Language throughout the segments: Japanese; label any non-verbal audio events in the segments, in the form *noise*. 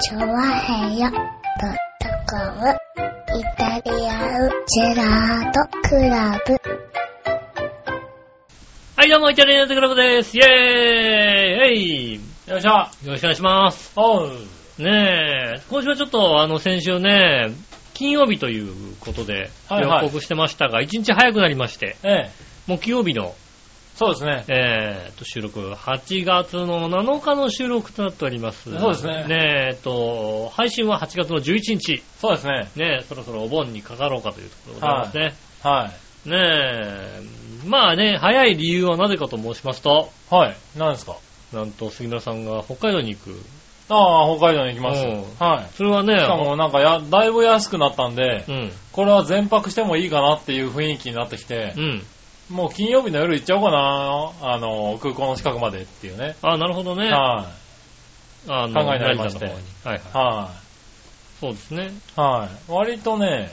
チョワヘヨドットコムイタリアンジェラートクラブ。はい、どうも、イタリアンズクラブです。イェーイえいよいしょ。よろしくお願いします。おう。ねえ、今週はちょっと、あの、先週ね、金曜日ということで、はいはい予告してましたが、一日早くなりまして、ええ。木曜日の、そうですね。えー、と収録、8月の7日の収録となっております。そうですねねえ、えっと、配信は8月の11日、そうですね。ねえ、そろそろお盆にかかろうかというところでございますね。はねえ、まあね、早い理由はなぜかと申しますと、い。はい。何ですかなんと杉村さんが北海道に行く。ああ、北海道に行きますうん。はい。それはね、しかもなんかや、だいぶ安くなったんでう、ん。これは全泊してもいいかなっていう雰囲気になってきてう、ん。もう金曜日の夜行っちゃおうかな、あの、空港の近くまでっていうね。あ、なるほどね。はあの、考えになりまし成て田の方にはいはい。い。はそうですね。い。はい。割とね、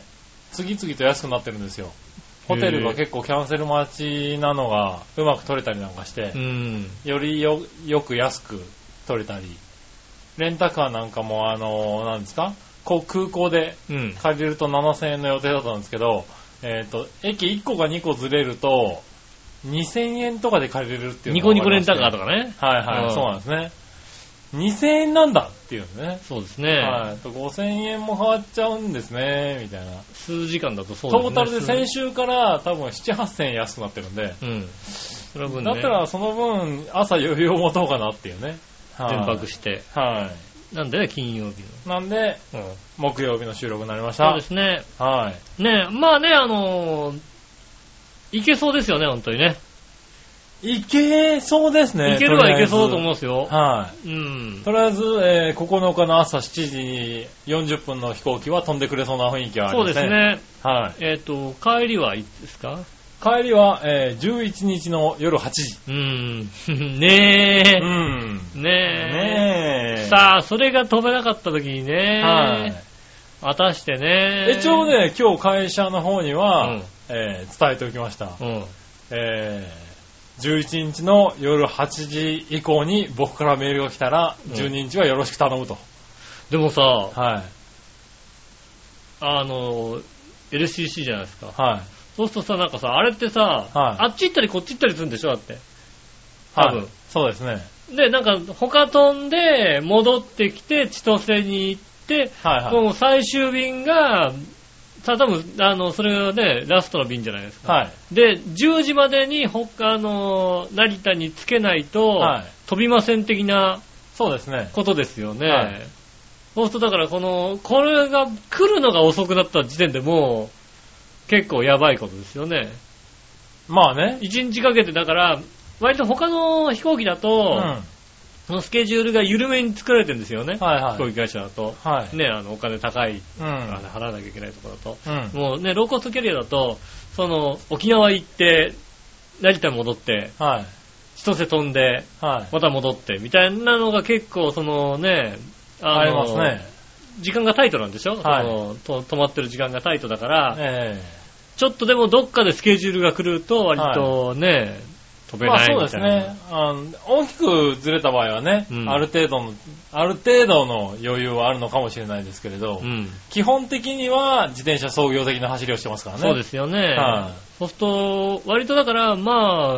次々と安くなってるんですよ。ホテルが結構キャンセル待ちなのがうまく取れたりなんかしてう、ん。よりよ、よく安く取れたり、レンタカーなんかも、あの、なんですかこう空港でうん。借りると7000円の予定だったんですけど、えっ、と、駅1個か2個ずれると、2000円とかで借りれるっていうニコニコレンタカーととかね。か。はいはい、うんそうなんですね。2000円なんだっていうね。そうですね。はい、と5000円も変わっちゃうんですね、みたいな。数時間だとそトうですね。ータルで先週。週から多分7、8000円安くなってるんで、うん。その分ね、だったらその分朝余裕を持とうかなっていうね。はい全泊して。はなんでね、金曜日い。なんで、の。うん。木曜日の収録になりましそうたで。すね。はい。ねまあね、あのー、いけそうですよね、本当にね。いけそうですね。いけるはいけそうだと思うんですよとり。あえず。はうんい。。とりあえず、えー9日の朝7時に40分の飛行機は飛んでくれそうな雰囲気はあそりうまですね。す。ね。はい。えっ、と、帰りはいつですか帰りは、えー11日の夜8時。うーん。 *laughs* ねえ。うん。ねえ。ねえ。さあ、それが飛べなかった時にね。はい。果たしてね。一応。ね、今日会社の方には、うんえー伝えておきました。うん。えー、11日の夜8時以降に僕からメールが来たら、うん12日はよろしく頼むと。でもさ、はい。あの、LCC じゃないですか。はい。そうするとさ、なんかさ、あれってさ、あっち行ったりこっち行ったりするんでしょだって。多分はい。そうですね。で、なんか、他飛んで、戻ってきて、千歳に行って、はいはい。もう最終便が、さ、多分、あの、それがね、ラストの便じゃないですか。はい。で、10時までに、ほあの、成田につけないと、はい飛びません的なそうですね。ことですよね。はいそうすると、だから、この、これが来るのが遅くなった時点でもう、結構やばいことですよね。まあね。 1日かけて、だから、割と他の飛行機だうん。と、はそのスケジュールが緩めに作られてるんですよね。いは飛行い。機会社だと。はい。ね、あの、お金高い、うあんの。払わなきゃいけないところだと。うん。もうね、ローコストキャリアだと、その、沖縄行って、成田戻って、はい。千歳飛んで、はい。また戻って、みたいなのが結構、そのね、あのありますね。。時間がタイトなんでしょ、はいそのと止まってる時間がタイトだから、えちょっとでもどっかでスケジュールが狂うと、割とね、飛えべまあないそうみですたいな。ね。あの大きくずれた場合はねうん、ある程度の、ある程度の余裕はあるのかもしれないですけれどう、ん。基本的には自転車創業的な走りをしてますからね。。そうですすよね。はいそうすると、割とだから、まあ、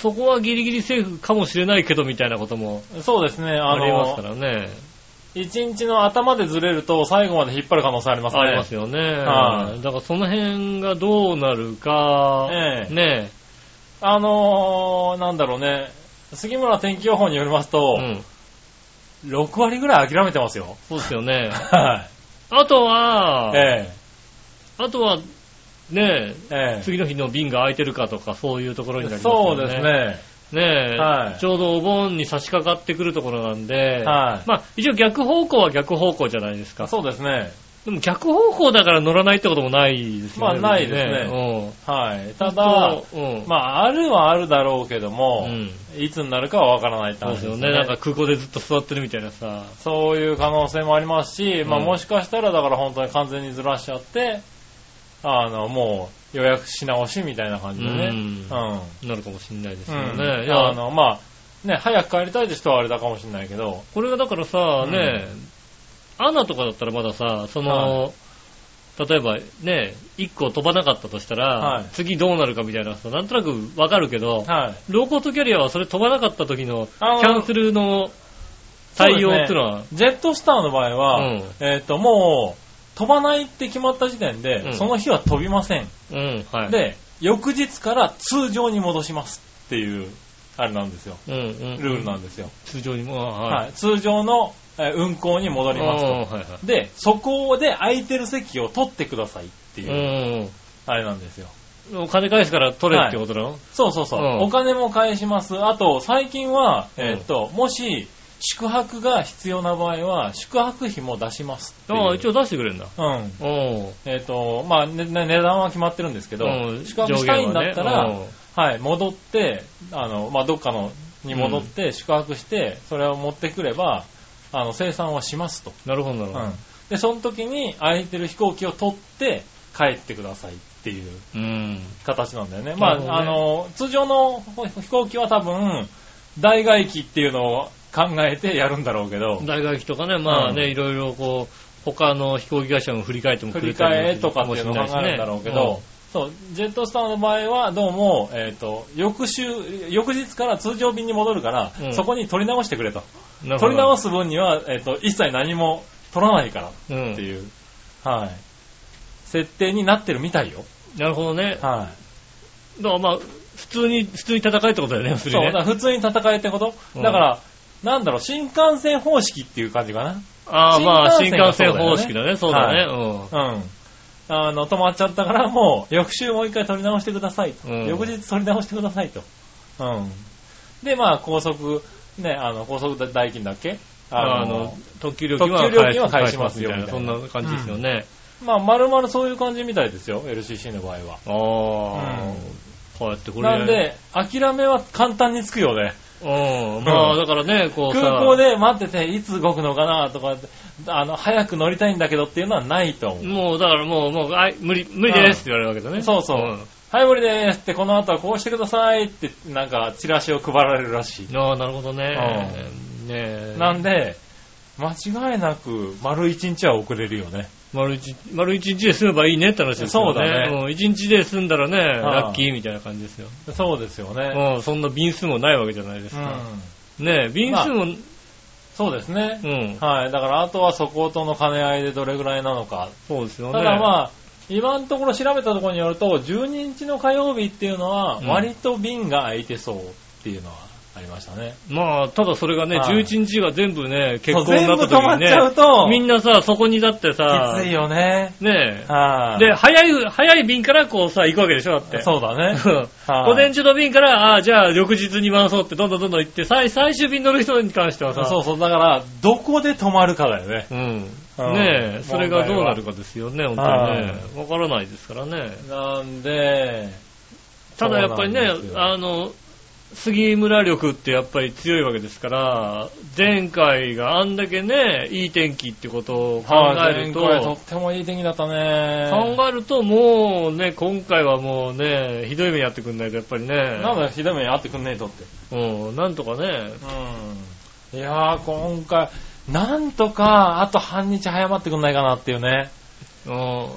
そこはギリギリセーフかもしれないけど、みたいなこともそうですね。あありますかの、らね。一日の頭でずれると最後まで引っ張る可能性ありますね。ありますよね。はいだからその辺がどうなるか、ええねあのー、なんだろうね。杉村天気予報によりますえ、とう、ん。 6割ぐらい諦めてますよ。そうですよね。はあとは、い。えあとは、ねえ、ええ、え。次の日の便が空いてるかとか、そういうところになりますそようね。です。ね。ねえ、はいちょうどお盆に差し掛かってくるところなんで、はいまあ、一応逆方向は逆方向じゃないですか。そうですね。でも逆方向だから乗らないってこともないですよね。まあないですね別にはい。うたん。だ、うん。まあ、あるはあるだろうけども、うんいつになるかはわからないってそうで話すでよすね。ね。なんか空港でずっと座ってるみたいなさ。そういう可能性もありますし、まあうんもしかしたらだから本当に完全にずらしちゃって、あの、もう予約し直しみたいな感じでね。うんうん。なるかもしれないですうよん。ね。いあや、の、まあ、ね、早く帰りたいって人はあれだかもしれないけど、これがだからさ、うんね、アナとかだったらまださ、その、例えばね、1個飛ばなかったとしたら、はい次どうなるかみたいなさ、なんとなくわかるけど、はい。ローコートキャリアはそれ飛ばなかった時のキあーャンセルの対応ってのは、ジェットスターの場合は、うんえっ、と、もう、飛ばないって決まった時点で、うんその日は飛びません。うん、はい。、で、翌日から通常に戻しますっていう、あれなんですよ。うん、うん。ルールなんですよ。通常にも、あーははいい。通常のえー運行に戻りますあーと。はいはで、そこで空いてる席を取ってくださいっていう、い。あれなんですよ。うん。お金返すから取れってことなの、そうそうそう。うんお金も返します。あと、最近は、うんえーっと、もし、宿泊が必要な場合は、宿泊費も出しますっていう。ああ、一応出してくれるんだ。うん。おうえっ、と、まあ、ねね値段は決まってるんですけど、うん宿泊したいんだったら、上限はねはい、戻って、あの、まあ、どっかの、に戻って、宿泊して、それを持ってくれば、あの、生産はしますと。なるほど、なるうほどん。で、その時に空いてる飛行機を取って、帰ってくださいっていう。うん。形なんだよね。まあ、なあるほの、通常の飛行機は多分、代替機っていうのを考えてやるんだろうけど、大学費とかね、まあね、うんいろいろこう、他の飛行機会社も振り返っても振くりれ替たえとかっていうのを考えるんだろうけど、、そう、ジェットスターの場合はどうも、えっ、と、翌週、翌日から通常便に戻るから、うんそこに取り直してくれと。うんなるほど取り直す分には、えっ、と、一切何も取らないからっうんていう、はい。設定になってるみたいよ。なるほどね。はい。だからまあ、普通に、普通に戦えってことだよね、普通にそう、だねから。普通に戦えってこと、うんだから、なんだろう、新幹線方式っていう感じかああ、まあ、新新幹幹線線がそうだよね方式だね、そうだね。うんな。うん。あの、止まっちゃったから、もう、翌週もう一回取り直してくださいと。うん翌日取り直してくださいと。うん。で、まあ、高速、ね、あの、高速代金だっけあのあの、、特急料金は特急料金は返しますよ返みたいみなたいなそんな感じですよね。まあ、まるまるそういう感じみたいですよ、LCC の場合は。ああ、うんこうやってこれなんで、諦めは簡単につくよね。うん、まあ、だからね、こうさ、空港で待ってて、いつ動くのかなとかって、あの、早く乗りたいんだけどっていうのはないと思う。もう、だからもう、もう、あい無理、無理ですって言われるわけだね。そうそうはい、無理ですって、この後はこうしてくださいって、なんか、チラシを配られるらしい。んああ、なるほどね。ねえ。なんで、間違いなく、丸一日は遅れるよね。丸一、丸一日で済めばいいねって話ですよね。そうだねん一日で済んだらね、あラッキーみたいな感じですよ。そうですよね。うん、そんな便数もないわけじゃないですうか。ん。ねえ、便数も、そうですねう。ん、はい、だから、あとはそことの兼ね合いでどれぐらいなのか。そうですよたね。だまあ、今のところ調べたところによると、12日の火曜日っていうのは、うん割と便が空いてそうっていうのはありましたね。まあ、ただそれがね、はい11日が全部ね、結そう婚になった全部止ま時っにちゃうね、と、みんなさ、そこにだってさ、きついよね。ねはえ、い。で、早い、早い便からこうさ、行くわけでしょ、だって。そうだね。うんはい午前中の便から、ああ、じゃあ翌日に回そうって、どんどんどんどん行って、最最終便乗る人に関してはさ、そうそう、だから、どこで止まるかだよね。うん。うんねえ、それがどうなるかですよね、本当にね。わからないですからね。なんで、ただやっぱりねそうなんで、すよあの、杉村力ってやっぱり強いわけですから、前回があんだけね、いい天気ってことを考えると、はい前回とってもいい天気だったね。考えるともうね、今回はもうね、ひどい目にやってくんないとやっぱりね、なんだひどい目に遭ってくんねえとって。うん、なんとかね、うん。いやー、今回、なんとか、あと半日早まってくんないかなっていうね。うん、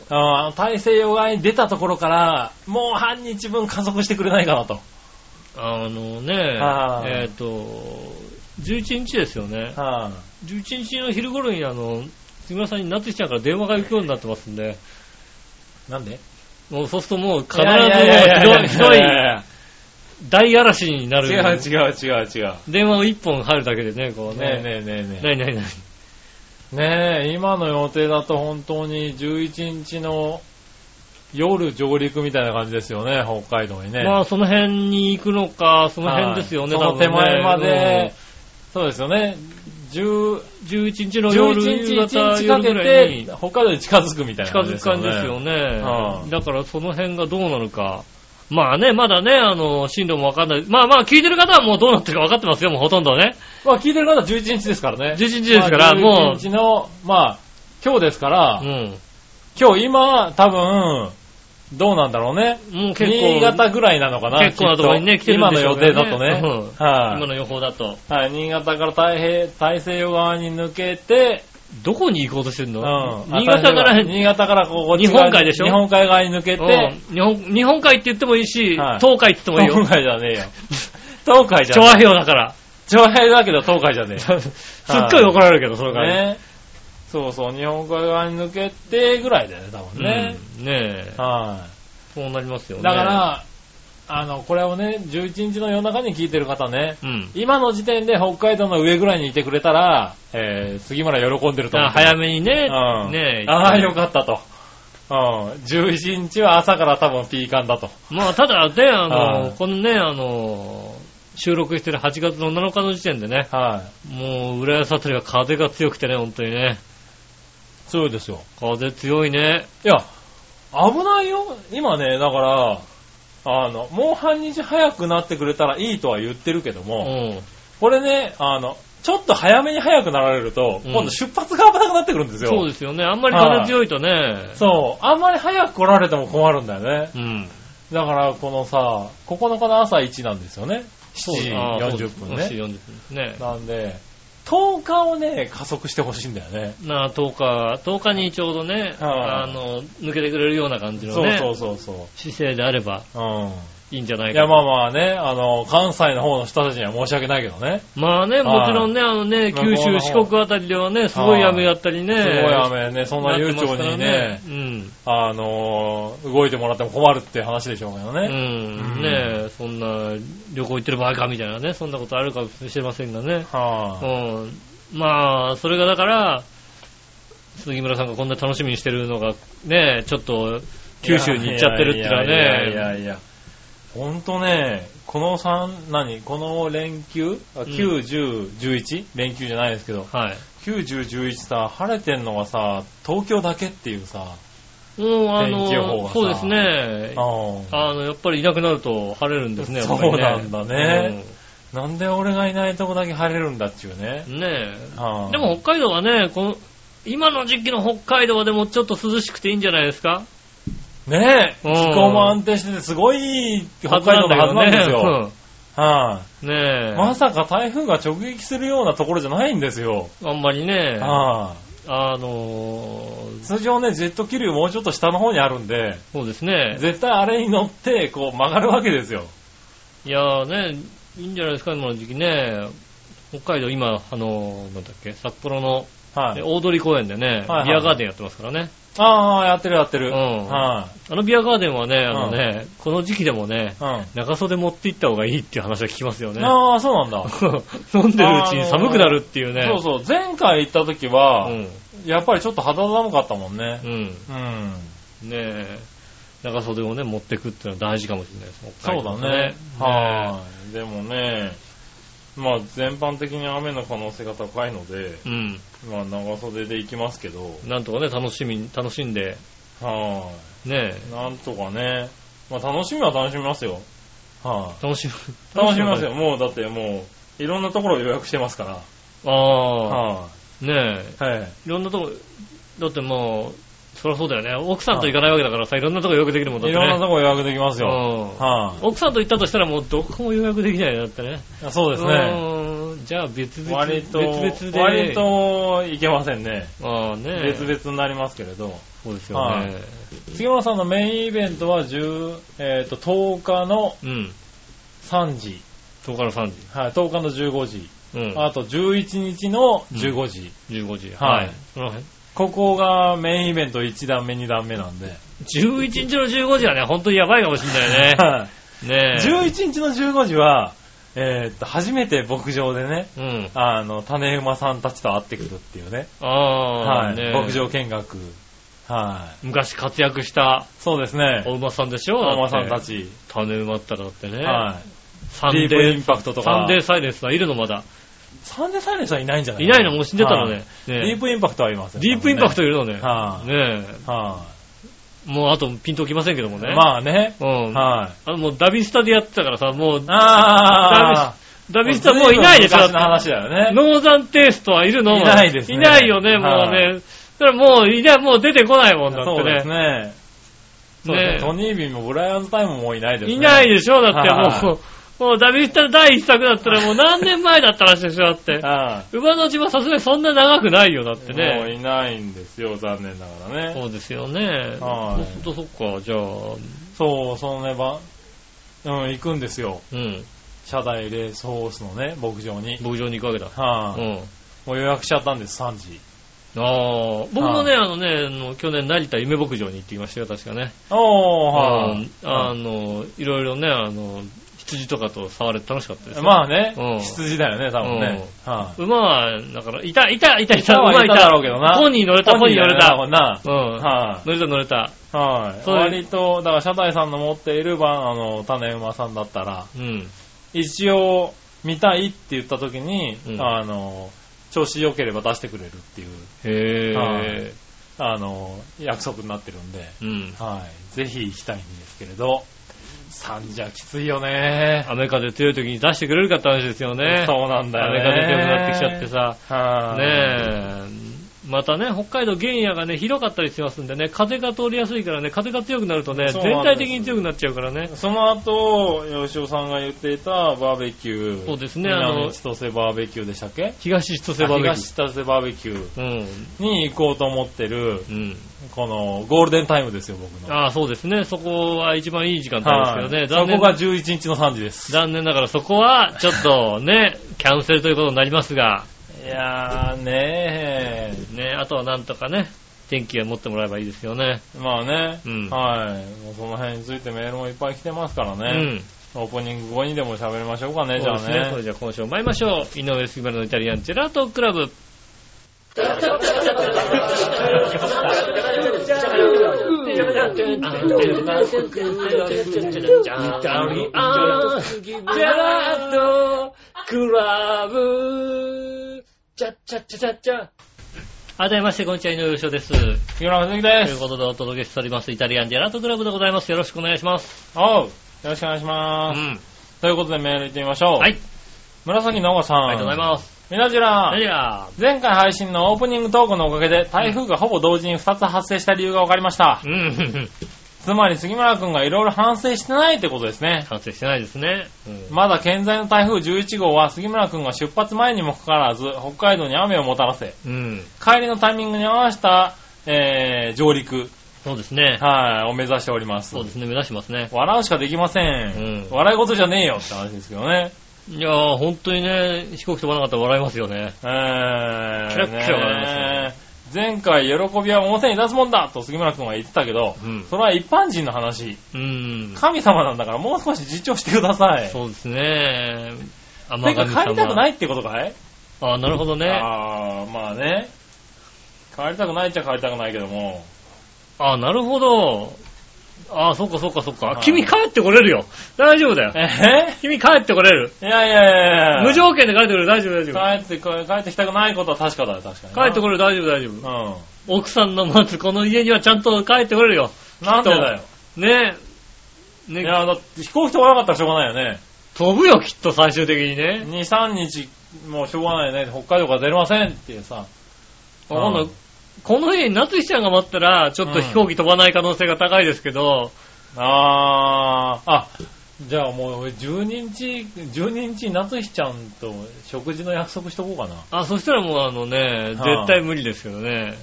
あー大西洋側に出たところから、もう半日分加速してくれないかなと。あのね、はいえっ、と、11日ですよね。は11日の昼頃にあの、杉村さんになってきちゃうから電話が行くようになってますんで、いなんでもうそうするともう必ず必ずももうひどい、ひうひどどいい大嵐になる。違う違う違う違う。電話を一本入るだけでね、こうねね。えねえねえねえ。ないないない。ねえ、今の予定だと本当に11日の夜上陸みたいな感じですよね、北海道にね。まあその辺に行くのか、その辺ですよね、はいその手前まで、そうですよね。10 11日の夜、 11日夕1方、日か夜ぐけらいてに北海道に近づくみたいな近感じづでくすよ感ね。じですよねは。いだからその辺がどうなるか。まあね、まだね、あの、進路もわかんない。まあまあ、聞いてる方はもうどうなってるかわかってますよ、もうほとんどね。まあ聞いてる方は11日ですからね。 11日ですから、まあも11日の、まあ、今日ですから、う、うん。今日今、多分、どうなんだろうね。もう結構、新潟ぐらいなのかな。結構なところにねきっ来てるん今でのしょ予うけ定どだねとね。うんはい今の予報だと。はい、新潟から太平、大西洋側に抜けて、どこに行こうとしてんの、うん。新潟から、新潟からこうこっち日本海でしょ日本海側に抜けうて、ん日本、日本海って言ってもいいし、はい東海って言ってもいい東よ。海じゃねえよ。 *laughs* 東海じゃ調ね和表だから。え。長平だけど東海じゃねえ。 *laughs* すっごい怒られるけど、その感じ。ね。そうそう、日本海側に抜けてぐらいだよね、多分ね。うんねえ。はそうなりますよい。ね。だか、ら、あの、これをね、11日の夜中に聞いてる方ね、うん。今の時点で北海道の上ぐらいにいてくれたら、えー、杉村喜んでると思う。あ早めにね、うんねえ。ああ、よかったと。うん。11日は朝から多分ピーカンだと。まあ、ただね、あはの、いこのね、あの、収録してる8月の7日の時点でね、はい。もう、浦安あたりは風が強くてね、本当にね。そうですよ。風強いね。いや、危ないよ。今ね、だから、あの、もう半日早くなってくれたらいいとは言ってるけどうも、ん。これね、あの、ちょっと早めに早くなられると、うん今度出発が危なくなってくるんですよ。そうですよね。あんまり風強いとね。そうあんまり早く来られても困るんだよね。うん。だから、このさ、9日の朝1なんですよね。あ7ー時そう40分ね。 7時40分ですね。なんで、10日をね、加速してほしいんだよね。なあ、10日、10日にちょうどね、はあいの、抜けてくれるような感じのそうね、そうそうそ姿勢であればう。うん。いいんじゃないいかな。や、まあまあね、あの、関西の方の人たちには申し訳ないけどね。まあね、もちろんね、あのね、向こう九の方州、四国あたりではね、すごい雨だったりね。すごい雨ね、そんな悠長ってますからにね、うん。あのー、動いてもらっても困るって話でしょうけどうね。ん。うねんえそんな、旅行行ってる場合かみたいなね、そんなことあるかもしれませんがね。うはん。まあ、それがだから、杉村さんがこんな楽しみにしてるのが、ねえちょっと、い九州に行っちゃってるっていうのはいやいね、やいや、ほんとね、この3、何この連休あうん ?9、10、11? 連休じゃないですけど、はい。 9、10、11さ、晴れてんのがさ、東京だけっていうさ、もう、あ天気予報がの、さそうですね。うんあの、やっぱりいなくなると晴れるんですね、そうなんだやっぱりね。なんで俺がいないとこだけ晴れるんだっちゅうねう。んねえ。はあでも北海道はね、この、今の時期の北海道はでもちょっと涼しくていいんじゃないですかねえ、うん気候も安定してて、すごい北海道のはずなんですよ。はい、ねえ。まさか台風が直撃するようなところじゃないんですよ。あんまりね、あはいのー通常ね、ジェット気流もうちょっと下の方にあるんで、そうですね。絶対あれに乗って、こう曲がるわけですよ。いやーね、いいんじゃないですか、今の時期ね。北海道今、あのーなんだっけ、札幌の、はい、大通公園でね、はいはいビアガーデンやってますからね。ああ、やってるやってる。うんはあのビアガーデンはね、あのね、この時期でもね、い、うん。長袖持って行った方がいいっていう話は聞きますよね。ああ、そうなんだ。 *laughs* 飲んでるうちに寒くなるっていうね。そうそう、前回行った時は、やっぱりちょっと肌寒かったもんね。うん。うん。うねん。え、長袖をね、持ってくっていうのは大事かもしれないです。北そ海う道だのね。ねはい。でもね、まあ全般的に雨の可能性が高いので、えうん。まあ長袖で行きますけど、なんとかね、楽しみ、楽しんで、はねい。なんとかね、まあ楽しみは楽しみますよ。はえ、楽 *laughs* しむ。い。楽しみますよ。。もうだってもう、いろんなところを予約してますかあら。あ、はねえ、い。はい。いろんなとこ、だってもう、そりゃそうだよね。奥さんと行かないわけだからさ、いろんなとこ予約できるもんだっいてね。ろんなところ予約できますよ。うんは奥さんと行ったとしたらもうどこも予約できないよだってね。い。そうですね。うーん。じゃあ別々、割と、別々で。割といけませんね。ああね。別々になりますけれど。そうですよはねい。杉村さんのメインイベントは10、えーと10日のうん。 3時、 10日の3時。はい、10日の15時、うん。あと11日の15時、 15時。はいその辺ここがメインイベント1段目、2段目なんで、。11日の15時はね、本当にやばいかもしんないねはいねえ。 11日の15時は、えーと初めて牧場でね、うん。あの種馬さんたちと会ってくるっていうね、あはあ、いねえ牧場見学、はい、昔活躍したそうですね、お馬さんでしょお馬さんた。だってち、種馬ったらだってね。はサい、デンィープイデンー、パクトとか、サンデーサイレンスはいるのまだ。サンデーサイレンスはいないんじゃないいないのもう死んでたのね。デねィープインパクトはいますえね。ディープインパクト。トいるのね。はい、ねはえ。もうあとピンときませんけどもい、ね。あ。まあね。うん。はい、あのもうダビスタでやってたからさ、もう、あダビスタもういないでしょ。昔の話だよね。ノーザンテイストはいるのいないですねいないよね、もうはね。だからもう、いない、もう出てこないもんだってそうですね。ね。そうですねねトニービンもブライアンズタイムもいないですね。いないでしょ、だってはもう、もうダビスタの第一作だったらもう何年前だった話でしょ、だって。は馬の島さすがにそんな長くないよ、だっい。てもうね。いないんですよ、残念ながらね。そうですよね。はいそうするとそっか、じゃあ、そう、そのね、ば、うん、行くんですよ。うん。車台レースホースのね、牧場に。牧場に行くわけだ。はうい、ん。もう予約しちゃったんです、3時。ああ、僕もね、あのね、あの去年成田夢牧場に行ってきましたよ、確かね。おー、はうんい、あの、いろいろね、あの、羊とかと触れて楽しかったですよ。まあね、うん羊だよね、多分ね。は馬は、だから、いた、いた、いた、いた、馬はいた馬だろうけどなポニー乗れい。た、ポニー乗れた。ポニーだよな。うん。は乗れた、乗れた。い。はい。そういう割と、だから、車台さんの持っているば、あの、種馬さんだったら、うん。一応、見たいって言った時に、うんあの、調子良ければ出してくれるっていう、へはいえ。あの、約束になってるんで、うん。はい。ぜひ行きたいんですけれど、3じゃきついよね。雨風強い時に出してくれるかって話ですよね。そうなんだよね。雨風強くなってきちゃってさ。はい。ねえ。またね、北海道原野がね、広かったりしますんでね、風が通りやすいからね、風が強くなるとね、そ全うなんです体的に強くなっちゃうからね。その後、吉尾さんが言っていたバーベキュー。そうですねあ南の千歳バーベキューでしたっけ東千歳バーベキュ東千歳バーベキューー。に行こうと思ってる、うん。うん。このゴールデンタイムですよ、僕の。ああ、そうですね。そこは一番いい時間帯ですけどはね。い残念そこが11日の3時です。残念ながらそこは、ちょっとね、キャンセルということになりますが、いやーねね、あとはなんとかね、天気を持ってもらえばいいですよね。ー。まあね、うんはい。もうその辺についてメールもいっぱい来てますからうね。ん。オープニング後にでも喋りましょうかね、じそゃうあですね。それね。じゃあ今週も参りましょう。井上杉村のイタリアンジェラートクラブ。あ、どうもまして、こんにちは、井上翔です。とい杉村和之でうす。ことでお届けしております、イタリアンジェラートクラブでございます。よろしくお願いします。おう。よろしくお願いしうます。ん。ということでメール行ってみましょう。はい。あり紫のおさん。がとうございます。みなじらそれでは、前回配信のオープニングトークのおかげで台風がほぼ同時に2つ発生した理由が分かりました。うん。つまり杉村くんがいろいろ反省してないってことですね。完成してないですね。うんまだ健在の台風11号は杉村くんが出発前にもかかわらず北海道に雨をもたらせ、うん。帰りのタイミングに合わせた、えー、上陸、そうですね。はい、を目指しておりますそう。ですね、目指してますね。笑うしかできません。うん笑い事じゃねえよって話ですけどね。いやー、本当にね、飛行機飛ばなかったら笑いますよね。えー、キラッキラ笑いますね前回喜びは表に出すもんだと杉村くんは言ってたけど、うんそれは一般人の話。うん。神様なんだからもう少し自重してください。そうですね。甘てか神帰りたくないいってことかいあーなるほどね。ああ、まあね。帰りたくないっちゃ帰りたくないけども。あーなるほど。あーそっかそっかそっか。はい君帰ってこれるよ。大丈夫だよ。え君帰ってこれる。いやいやいやいや無条件で帰ってくれる。大丈夫大丈夫。帰ってこ、帰ってきたくないことは確かだよ、確か帰に。ってこれ。れる、大丈夫大丈夫。う奥さんの待つこの家にはちゃんと帰ってこれるよ。ん。なんでだよ。ね。いね、や、だって飛行機飛ばなかったらしょうがないよね。飛ぶよ、きっと最終的にね。 2、3日、もうしょうがないよね。北海道から出れませんっていうさ。わかんなういん。この家に夏日ちゃんが待ったら、ちょっと飛行機飛ばない可能性が高いですけど、あー、あ、じゃあもう12日、12日、夏日ちゃんと食事の約束しとこうかな。あ、そしたらもうあのね、はあ絶対無理ですけどね。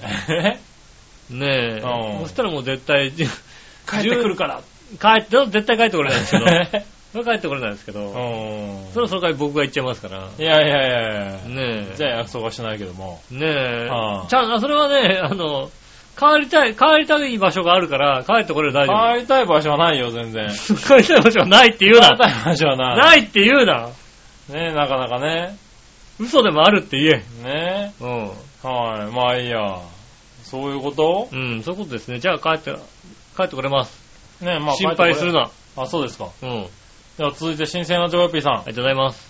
えねえ。うんそしたらもう絶対、 *laughs* じゅ *laughs* 帰ってくる *laughs* から。帰って、絶対帰ってこれないですけ *laughs* ど、うそれ帰ってこれないですけど、ん。そろそろ僕が行っちゃいますから。いやいやいやいや。ねえ。じゃあ約束はしないけども。ねえ。はあちゃん、あそれはね、あの、帰りたい、帰りたい場所があるから、帰ってこれる大丈帰りたい場所はないよ、全然。夫。 *laughs* 帰りたい場所はないって言う帰りな。たい場所はない。ないって言うな。ねなかなかね。嘘でもあるって言え。ねうん。はい。まあいいや。そういうことうん、そういうことですね。じゃあ帰って、帰ってこれます。ねまあ心配する。帰ってな。これあ、そうですか。うん。ありでは続いて新鮮なジョーピーさん。がとうございます。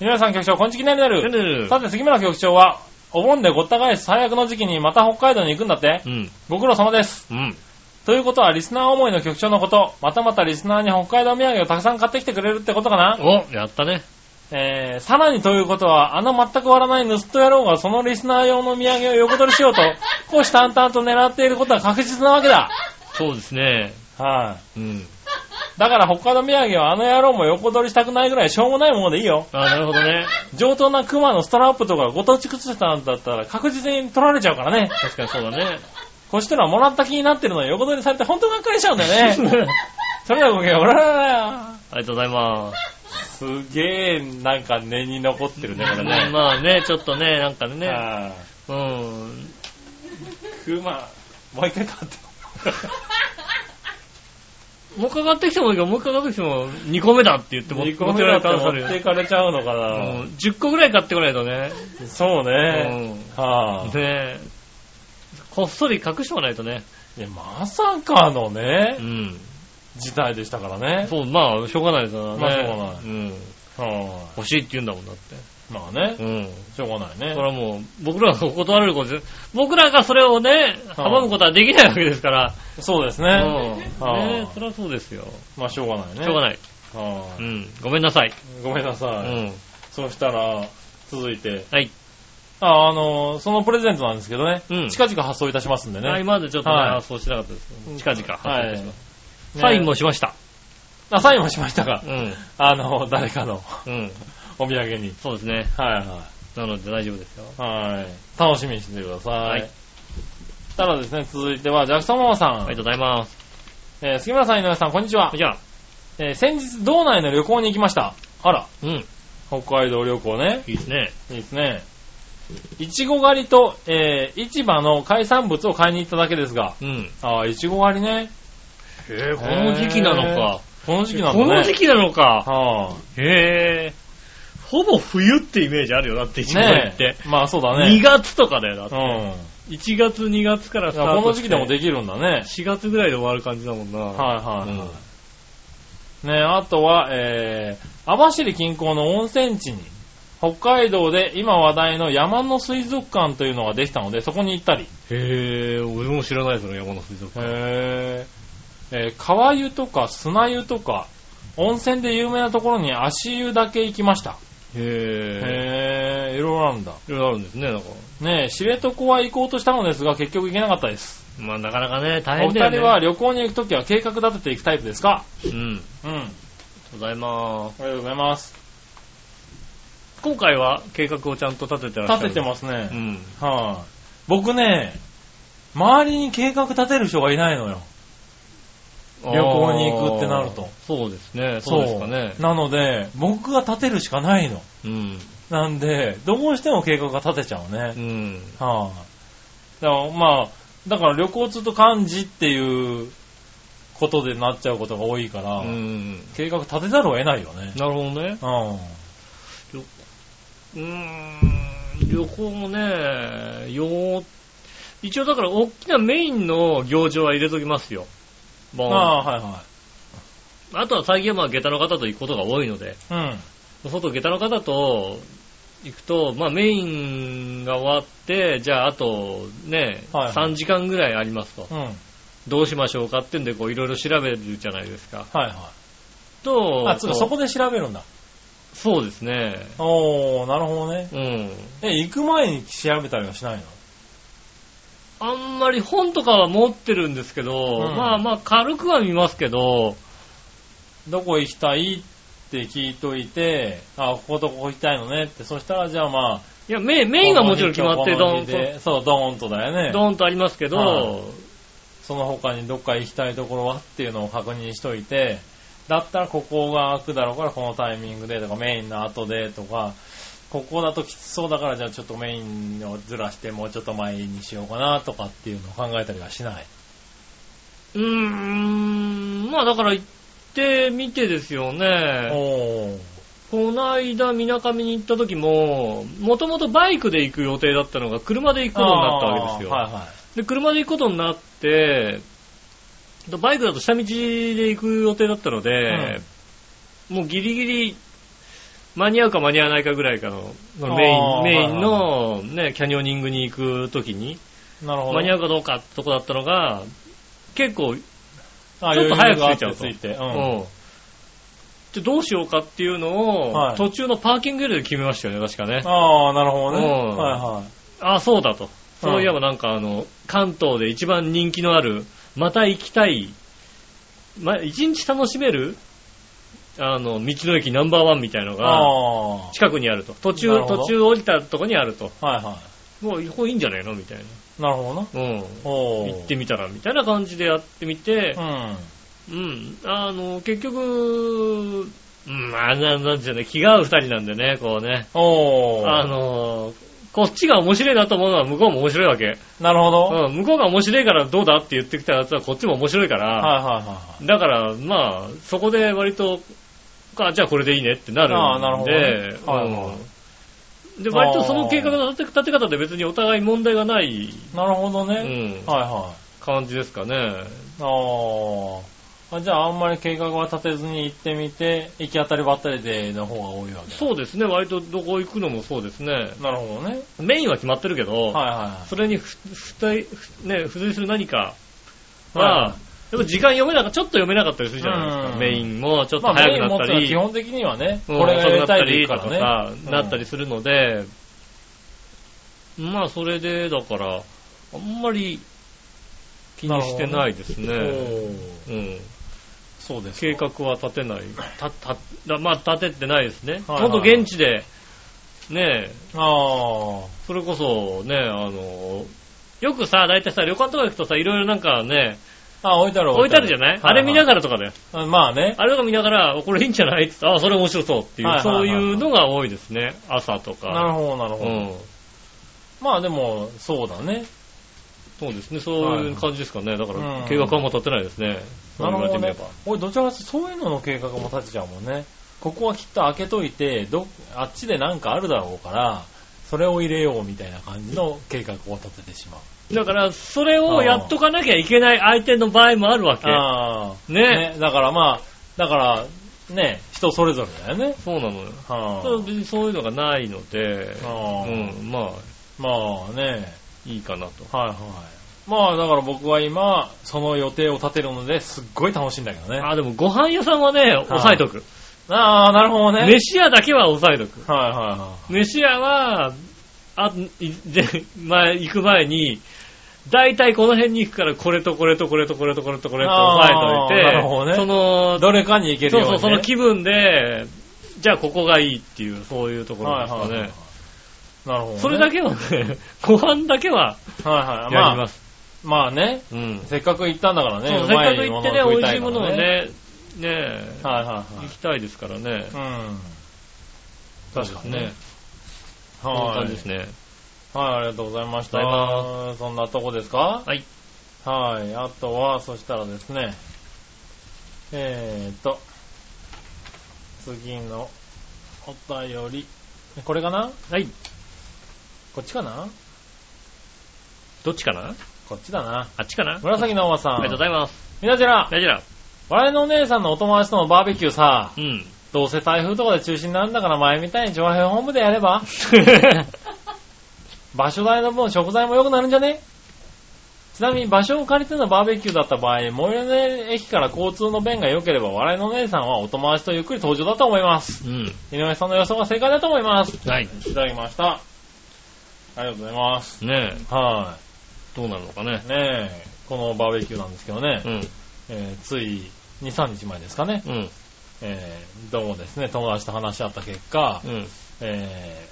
皆さん局長、こんちきなりなねる。るねるさて、杉村局長は、お盆でごった返す最悪の時期にまた北海道に行くんだってうん、ご苦労様です。うん。ということは、リスナー思いの局長のこと、またまたリスナーに北海道土産をたくさん買ってきてくれるってことかなお、やったね。えー、さらにということは、あの全く割らない盗人野郎がそのリスナー用の土産を横取りしよ *laughs* うと、虎視眈々と狙っていることは確実なわけだ。そうですね。はうん。い、だから他の宮城はあの野郎も横取りしたくないぐらいしょうもないものでいいよ。あーなるほどね。上等な熊のストラップとかご当地靴下なんだったら確実に取られちゃうからね。確かにそうだね。こうしたらもらった気になってるのに横取りされて本当がっかりしちゃうんだ *laughs* よね。それはごめん、おららら *laughs* ありがとうございます。すげえ、なんか根に残ってるね、これね。まあね、ちょっとね、なんかね、ね。うん。熊、もう一回買って。もう一回買ってきてもいいけど、もう一回買ってきても2個目だって言っても2持個ってか目れるだった可能ら性あ持るよっていかれちゃうのかうな。ん10個ぐらい買ってこないとね。そうね。うんはねぁ、え。こっそり隠してもらないとね。いやまさかのねう、ん。事態でしたからね。そう、まあ、しょうがないですよね。まあしょうがないうん。は欲しいって言うんだもんだって。いまあねう、ん。しょうがないそねれ。はもう、僕らが断られることで、僕らがそれをね、阻むことはできないわけですから。そうですうね。ん。はあねえ、それはそうですよ。まあしょうがないね。しょうがない。ない。うん。ごめんなさい。ごめんなうさい。ん。そしたら、続いて、はい。あ、あの、そのプレゼントなんですけどね、うん近々発送いたしますんでね。は、はいい。までちょっとね、はい発送してなかったですけど。近々発送いたします。ねサインもしました。あ、サインもしましたがう、ん。 *laughs* あの、誰かのうん。お土産に。そうですね。はいはなので大丈夫ですよ。い。はい。楽しみにしててください。はいそしたらですね、続いては、ジャクソンママさん。ありがとうございます。えー杉村さん、井上さん、こんにちは。じゃあ、えー先日、道内の旅行に行きました。あら、うん。い北海道旅行ね。いですね。いいですね。いちご狩りと、えー市場の海産物を買いに行っただけですが、うん。ああ、いちご狩りね。へえ、この時期なのか。この時期なんだこね。の時期なのか。はあ、へえ。ほぼ冬ってイメージあるよ、だって一番ねっえて。まあそうだ2ね。月とかだよ、だっうて。ん。 1月、2月からスタートこの時期でもでききるんだね。 4月ぐらいで終わる感じだもんな。はいはいうんはい。ねあとは、えー、網走近郊の温泉地に、北海道で今話題の山の水族館というのができたので、そこに行ったり。へえ、俺も知らないですよ、山の水族館。へーえー川湯とか砂湯とか、温泉で有名なところに足湯だけ行きました。へえ。へぇー、いろいろあるんだ。いろいろあるんですね、なんか。ねえ、知床は行こうとしたのですが、結局行けなかったです。まあ、なかなかね、大お変だ二よね。人は旅行に行くときは計画立てていくタイプですかうん。うん。ありございます。がとうございます。今回は計画をちゃんと立ててらっしゃる立ててますね。す。うん。はい、僕ね、周りに計画立てる人がいないのよ。旅行に行くってなるとあー。そうですね、そうですかねそ。うなので、僕が立てるしかないの。うん。なんで、どうしても計画が立てちゃうねう。ん。はい、だからまあ、だから旅行通と漢字っていうことでなっちゃうことが多いから、うん。計画立てざるを得ないよね。なるほどね。うん。うーん、旅行もね、よ一応だから大きなメインの行事は入れときますよ。あもうああ、はいはとは最近はまあ下駄の方と行くことが多いので、い。うん。外下駄の方と行くと、まあメインが終わって、じゃああとね、はいはい3時間ぐらいありますと。うん。はいどうしましょうかってんで、こういろいろ調べるじゃないですか。はと、い。あ、つうかこうそこで調べるんだ。そうですね。おー、なるほどね。うん。え、行く前に調べたりはしないのあんまり本とかは持ってるんですけど、うんまあまあ軽くは見ますけど、どこ行きたいって聞いといて、あ、こことここ行きたいのねって、そしたらじゃあまあ、いや、メインメインはもちろん決まって、このド日ンとこの日と、でそう、ドーンとだよね。ドンとありますけど、はいその他にどっか行きたいところはっていうのを確認しといて、だったらここが開くだろうからこのタイミングでとかメインの後でとか、ここだときつそうだからじゃあちょっとメインをずらしてもうちょっと前にしようかなとかっていうのを考えたりはしない。うーん、まあだから行ってみてですよね。おー。この間、みなかみに行った時も、もともとバイクで行く予定だったのが、車で行くことになったわけですよ。あーはいはい。で、車で行くことになって、とバイクだと下道で行く予定だったので、もうギリギリ間に合うか間に合わないかぐらいかの、そのメあイーン、メインのね、キャニオニングに行くときに、なるほど。間に合うかどうかってとこだったのが、結構、あちょっと余早裕くがあ着っいちゃうてと。着いて。う。うんんでどうしようかっていうのを、はい途中のパーキングエリアで決めましたよね、確かね。ああ、なるほどね。うんはああ、そうだと。そういえばなんかあの、関東で一番人気のある、また行きたいまあ、一日楽しめる、あの、道の駅ナンバーワンみたいのが、ああー。近くにあると。途中なる、ほど途中降りたとこにあると。はいはもう、ここいいんじゃないのみたいい。なるほどな。な。うん。おー行ってみたら、みたいな感じでやってみてう、ん。うん。あの、結局、うん、あな、なんていうの、気が合う二人なんでね、こうね。おー。あの、こっちが面白いなと思うのは向こうも面白いわけ。なるほど。はいうん、向こうが面白いからどうだって言ってきたやつはこっちも面白いから、はいはいはだから、まあ、そこで割と、あ、じゃあこれでいいねってなるんで、あーなるほどねはいうんはで、割とその計画の立て立て方で別にお互い問題がない、い。なるほどうね。ん、はいはい。感じですかね。あーあ。じゃああんまり計画は立てずに行ってみて、行き当たりばったりでの方が多いわけだ。そうですね、割とどこ行くのもそうですね。なるほどね。メインは決まってるけど、はいはそれにふふたいふね、付随する何かいはい。は、やっぱ時間読めなかった、ちょっと読めなかったりするじゃないですうか。んメインもちょっとまあ、メ早イくなン持っったたらり基、本的にはね、うんこれがやりたいっていう遅くかなっらたりとかね。なったりすするので、まあそれで、だから、あんまり気にしてないですね。うん、そうですか。計画は立てない。たただまあ立ててないですね。はいほんと現地で、ねえ、あそれこそね、あの、よくさ、大体さ、旅館とか行くとさ、いろいろなんかね、あ。あ、置いてある置いてあるじゃないあれ見なら。がらとかだよ。あまあね。あれとか見ながら、おこれいいんじゃないってあ、それ面白そうっていう、はいはいそはういはいいうのが多いですね。朝とか。なるほど、なるほうど。ん。まあでも、そうだね。そうですね、そういう感じですかね。だかうんら、計画はあんま立てないですね。そうなる言わほれてどみれねば。。俺、どちらかというとそういうのの計画も立てちゃうもんね。ここはきっと開けといて、ど、あっちでなんかあるだろうから、それを入れようみたいな感じの計画を立ててしまう。だから、それをやっとかなきゃいけない相手の場合もあるわけ。ああ。ねね。だからまあ、だから、ね、人それぞれだよね。そうなのよ。はあただ別にそういうのがないので、あーうん、まあ、まあね、いいかなと。はいはい。まあだから僕は今、その予定を立てるのですっごい楽しいんだけどね。あ、でもご飯屋さんはね、押さえとく。ああ、なるほどね。飯屋だけは押さえとく。はいはいは飯屋は、あ、いで、前、行く前に、大体この辺に行くから、これとこれとこれとこれとこれとこれとあー押さえといて、なるほどねそのい。、どれかに行けるそうように、そう、ね。その気分で、じゃあここがいいっていう、そういうところではいすかね。はいはいはい。なるほど、ね。それだけはね、 *laughs* ご飯だけはけはいやはい。りままあ、す。まあね、うん。せっかく行ったんだからね。そううせっまかいく行ってね、もの美を食味いたしいいかもらのをね、ねえ、はいはいは行きたいですからね。い。うん。確かにねね。。こんなは感いじです。ね。はい、ありがとうございましたありがとうご。そんなとこですかはい。はい。あとは、そしたらですね、えーっと、次のお便り。これかなはい。こっちかなどっちかなこっちだな。あっちかなあ紫のおばさん。りがとうございます。みなじら、大丈夫だ。我のお姉さんのお友達とのバーベキューさ、 *laughs* うん。どうせ台風とかで中止になるんだから前みたいに上辺本部でやれば、場所代の分食材も良くなるんじゃねちなみに場所を借りてのバーベキューだった場合、最寄りの駅から交通の便が良ければ、笑いのお姉さんはお友達とゆっくり登場だと思いまうす。ん。井上さんの予想が正解だと思います。はい。いただきました。ありがとうございます。ねえ、はどうなるのかねい。。ねえ、このバーベキューなんですけどね、うん。えーつい2、3日前ですかね、うん。えーどうもですね、友達と話し合った結果、うん。え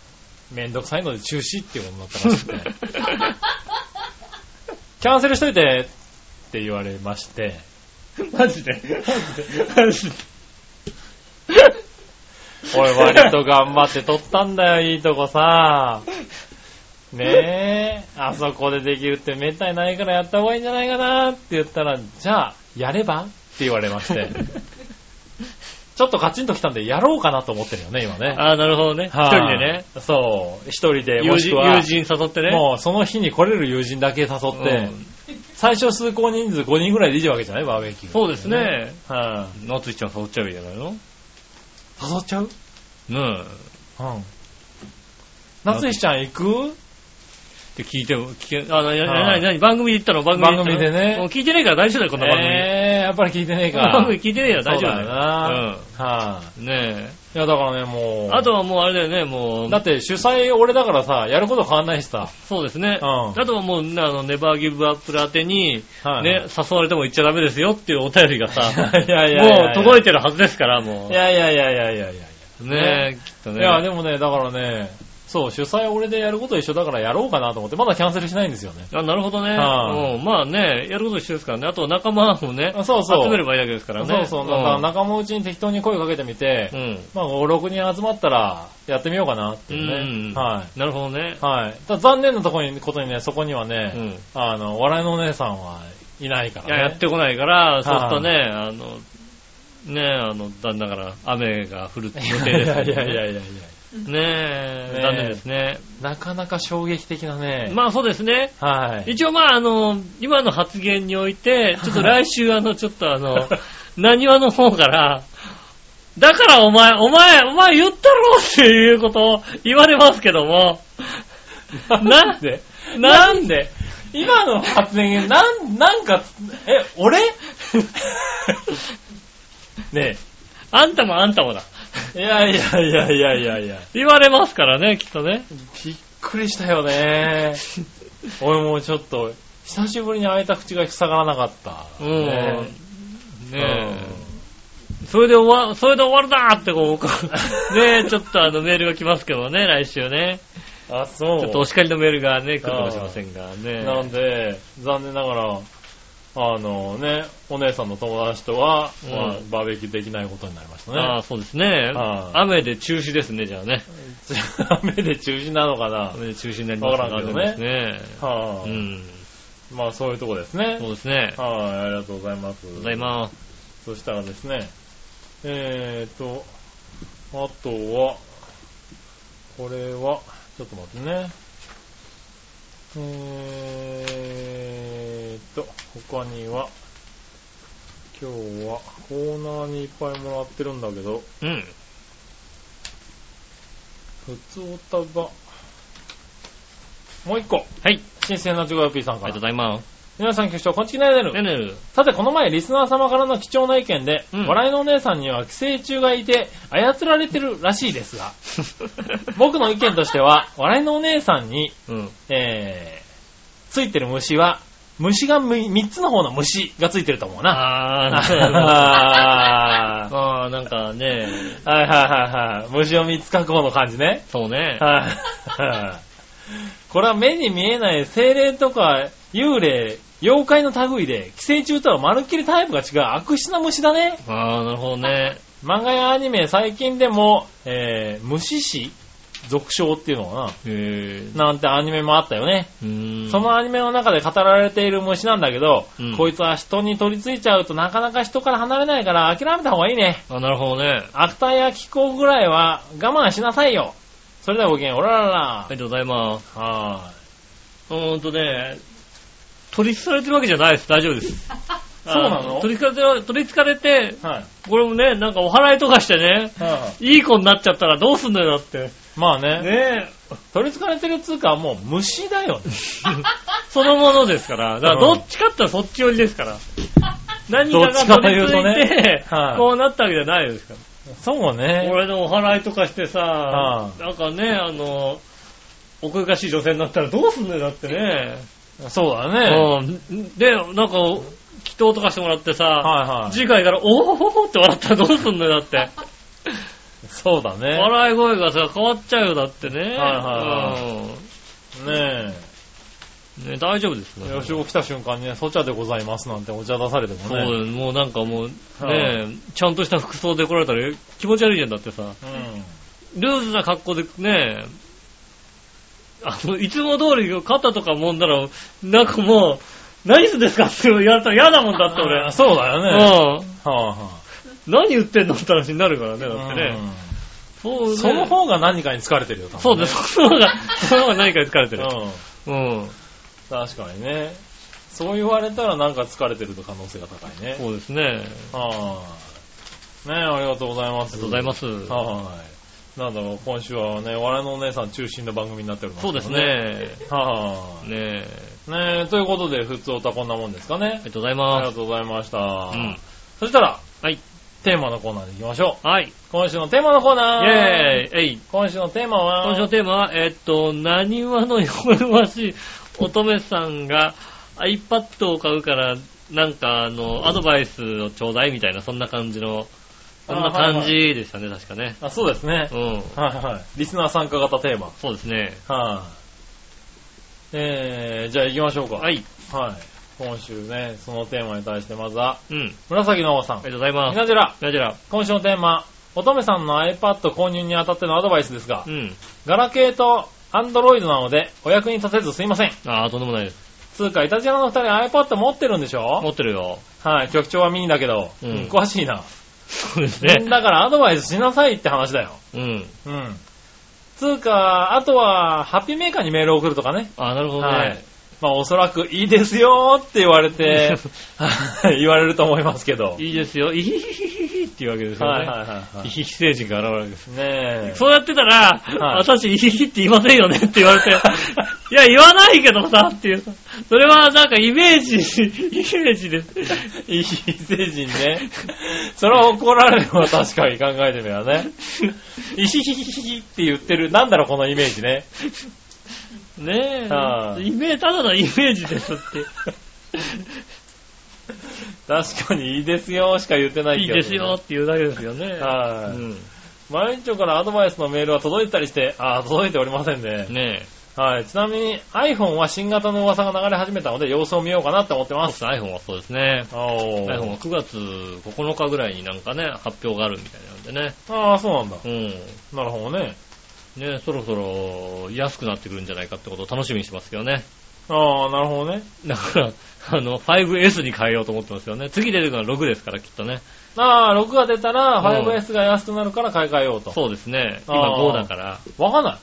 ー、めんどくさいので中止っていうことになったらしくて、 *laughs* キャンセルしといてって言われまして、 *laughs* マジでマジで俺割と頑張って撮ったんだよ、いいとこさ。ねえ、あそこでできるってめったにないからやった方がいいんじゃないかなって言ったら、じゃあ、やればって言われまして。 *laughs* ちょっとカチンときたんで、やろうかなと思ってるよね、今ね。ああ、なるほどね。一はい人でね。。そう、一人で、友もしく人、は友、人誘ってね。もうその日に来れる友人だけ誘うって、ん最初数校人数5人ぐらいでいいわけじゃないバーベキュー。そうです。ね。は夏ちゃん誘っちゃえばいいじゃないのい。誘っちゃうねえ。うん。夏日ちゃん行くって聞いても、聞け、あ、なになにはないになに番組で言ったの番組番組でねもう聞いてねえから大丈夫だよ、こんな番組。えー、やっぱり聞いてねえこか。んな番組聞いてねえよ、大丈夫そうだだよよ。な。はい、うん。ねいや、だからね、もえ。う。あと、はもうあれだよね、もうだ、って主催俺だからさ、やること変わんないしさ。そうですね。あうとはもう、なあの、ネバーギブアップル宛てに、ん。はい。ね、誘われても行っちゃダメですよっていうお便りがさ、 *laughs* いやいやいやいやもう届いてるはずですから、もいやいやいやいやいやいや。う。ねえ、きっとね。いや、でもね、だからね、そう、主催俺でやること一緒だからやろうかなと思って、まだキャンセルしないんですよね。あ、なるほどね。はいうん。まあね、やること一緒ですからね。あと仲間もね、あそうそう集めればいいだけですからね。そうそう、だから仲間内に適当に声かけてみて、うん。うん。まあ5、6人集まったらやってみようかなっていうね。うんはなるほどねい。。はい。ただ残念なとこに、ことにね、そこにはね、うん。あの、お笑いのお姉さんはいないからいね。や、やってこないから、そうするとね、あの、ねあの、旦那から雨が降る予定いですやもん *laughs* いね。やいやいやいねや。ねえ、残念ですね。なかなか衝撃的なね。まあそうですね。はい。一応まああの、今の発言において、ちょっと来週あの、ちょっとあの、 *laughs* 何話の方から、だからお前、お前、お前言ったろっていうことを言われますけども、なんでなんで今の発言、なん、なんか、え、 *laughs* 俺ねあんたもあんたもだ。え。いやいやいやいやいやいや。言われますからね、きっとね。びっくりしたよ *laughs* ね。俺もちょっと、久しぶりに開いた口が塞がらなかった。うん。ねねええ。それで終わ、それで終わるなーってこうこう、ねえ、ちょっとあのメールが来ますけどね、来週ね。うんあ、そう。ちょっとお叱りのメールがね、来るかもしれませんがね。なんで、残念ながら、あのね、お姉さんの友達とは、うんまあバーベキューできないことになりましたあね。あ、そうですね。はい雨で中止ですね、じゃあね。雨で中止なのかな。雨で中止になりますわからんけどね。はう *laughs* あん。まあそういうとこですね。そうですね。ありがはい、ありがとうございます。とうございます。そしたらですね、えーと、あとは、これは、ちょっと待ってね。えーと、他には、今日はコーナーにいっぱいもらってるんだけど、うん。普通おたば、もう一個、はい。新鮮なジョガヨピーさんあかりがとうごら。ざいます。皆さん、局長、こんちきなやねるね。ねる。さて、この前、リスナー様からの貴重な意見で、うん笑いのお姉さんには寄生虫がいて、操られてるらしいですが、 *laughs* 僕の意見としては、笑いのお姉さんに、うん。えー、ついてる虫は、虫が3つの方の虫がついてると思うな。あ *laughs* あ、あああ、なんかね、ーはいはいはいはい。虫を3つ確保の感じね。そうね。はい。これは目に見えない精霊とか幽霊、妖怪の類で、寄生虫とはまるっきりタイプが違う悪質な虫だね。ああ、なるほどね。漫画やアニメ、最近でも、えー、虫師俗称っていうのかへえ。ななんてアニメもあったよね。うーん。そのアニメの中で語られている虫なんだけど、うんこいつは人に取り付いちゃうとなかなか人から離れないから諦めた方がいいね。あなるほどね。アクターや気候ぐらいは我慢しなさいよ。それではごきげん、おらららあ。りがとうございます。はうーんとね、取り憑かれてるわけじゃないです。大丈夫です。 *laughs* そうなのあ取り憑かれて、取り憑かれて、い。はい。これもね、なんかお祓いとかしてね、いい子になっちゃったらどうすんのよだって。まあねねえ。取り憑かれてるっつうかもう虫だよね。そのものですから。だからどっちかって言ったらそっち寄りです *laughs* から。何かどっちかがと取いりう付といねて、はいこうなったわけじゃないですから。そうね。俺のお祓いとかしてはさ、なんかね、あの、奥ゆかしい女性になったらどうすんのよだってね。そうだね。はいうん。で、なんか、祈祷とかしてもらってさ、はい。次回から、おほほほって笑ったらどうすんのよだって。そうだね。笑い声がさ、変わっちゃうよ、だってね。はいねうんね、大丈夫ですね。え。吉尾来た瞬間にね、そちゃでございますなんてお茶出されてもそね。う、もうなんかもう、ねはちゃんとした服装で来られたら気持ち悪いじゃんだってさ、ルーズな格好でね、あの、いつも通り肩とか揉んだら、なんかもう、何すんですかって言われたら嫌だもんだってうん。俺。そうだよね。はうあはん。何言ってんのって話になるからね、あだってね。うんそうそのね。方が何かに疲れてるよ、多そう分でねす。その方が、その方が何かに疲れてる。うん。うん。確かにね。そう言われたらなんか疲れてると可能性が高いね。そうですね。はい。ねえ、ありがとうございます。ありがとうございます。はい。なんだろう、今週はね、笑いのお姉さん中心の番組になっておりますそうけでどす。ね。はぁ、ねえ。ねえ、ということで、普通おたこんなもんですかあねり。がとうございありまがす。とうございました。うん。そしたら、はい。テーマのコーナーでいきましょう。はい。イ今週のテーマのコーナーェーイえい。今週のテーマは今週のテーマは、えっと、何話の弱々しい乙女さんが iPad を買うから、なんか、あの、アドバイスをちょうだいみたいな、そんな感じの、そんな感じでしたね、確かね。あ、そうですねう。ん。はいはい。リスナー参加型テーマ。はい、そうですね。えー、じゃあ行きましょうか。はい。はい。今週ね、そのテーマに対してまずは、うん。あり紫の王さん。がとうございまひす。なじら、ナジェラ。今週のテーマ、乙女さんの iPad 購入にあたってのアドバイスですがう、ん。ガラケーと Android なので、お役に立てずすいません。ああ、とんでもないです。つうか、イタジラの二人 iPad 持ってるんでし持ょってるよ。はい、局長はミニだけど、うんうん詳しいな。そうですだね。からアドバイスしなさいって話だよ。うん。うん。つうか、あとは、ハッピーメーカーにメールを送るとかね。ああ、なるほどはいね。。まあ、おそらくいいですよーって言わ *laughs* れて、はい言われると思いますけど。いいですよ。イヒヒヒヒっていうわけですよはいね。はいはいはイヒヒ成人が現れるわけです。い。ねえ。そうやってたら、はい私、イヒヒって言いませんよねって言わ *laughs* れて、いや、言わないけどさ、っていう。それはなんかイメージ、イメージです。異星人ね。それは怒られるわ、確かに考えてみれ *laughs* ばね。イヒヒヒヒヒって言ってる、なんだろう、このイメージね。ねえ、はいイメージ、ただのイメージですって。確かにいいですよ、しか言ってないいいけど、ですよ。っていうだけですよね。うはい。ん。毎日からアドバイスのメールは届いてたりして、あー届いておりませんね。ねえ。はい。ちなみに iPhone は新型の噂が流れ始めたので、様子を見ようかなって思ってまます。ず iPhone はそうですね。お iPhone は9月9日ぐらいになんかね、発表があるみたいなんでね。ああ、そうなんだ。うん。なるほどね。ね、そろそろ安くなってくるんじゃないかってことを楽しみにしてますけどね。ああ、なるほどね。だから、あの、5S に変えようと思ってますよね。次出てくるのは6ですから、きっとね。ああ、6が出たらうん 5S が安くなるから買い替えようと。そうですね。今あー5だから。わかんない。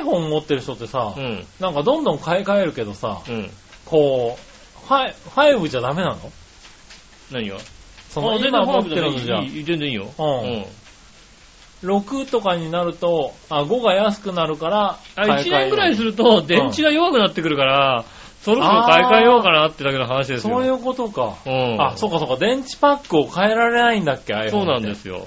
iPhone 持ってる人ってさ、うん。なんかどんどん買い替えるけどさ、うん。こう、ファイ5じゃダメなの何がそのあ今持ってるのいいじゃ、いい全然いいよ。うんうん。 6とかになると、あ、5が安くなるから、あ1年ぐらいする。ると、電池が弱くなってくるから、そろそろ買い替えようかなってだけの話ですよ。そういうことか。うん。あ、そうかそうか、電池パックを変えられないんだっけ、iPhone。そうなんですすよ。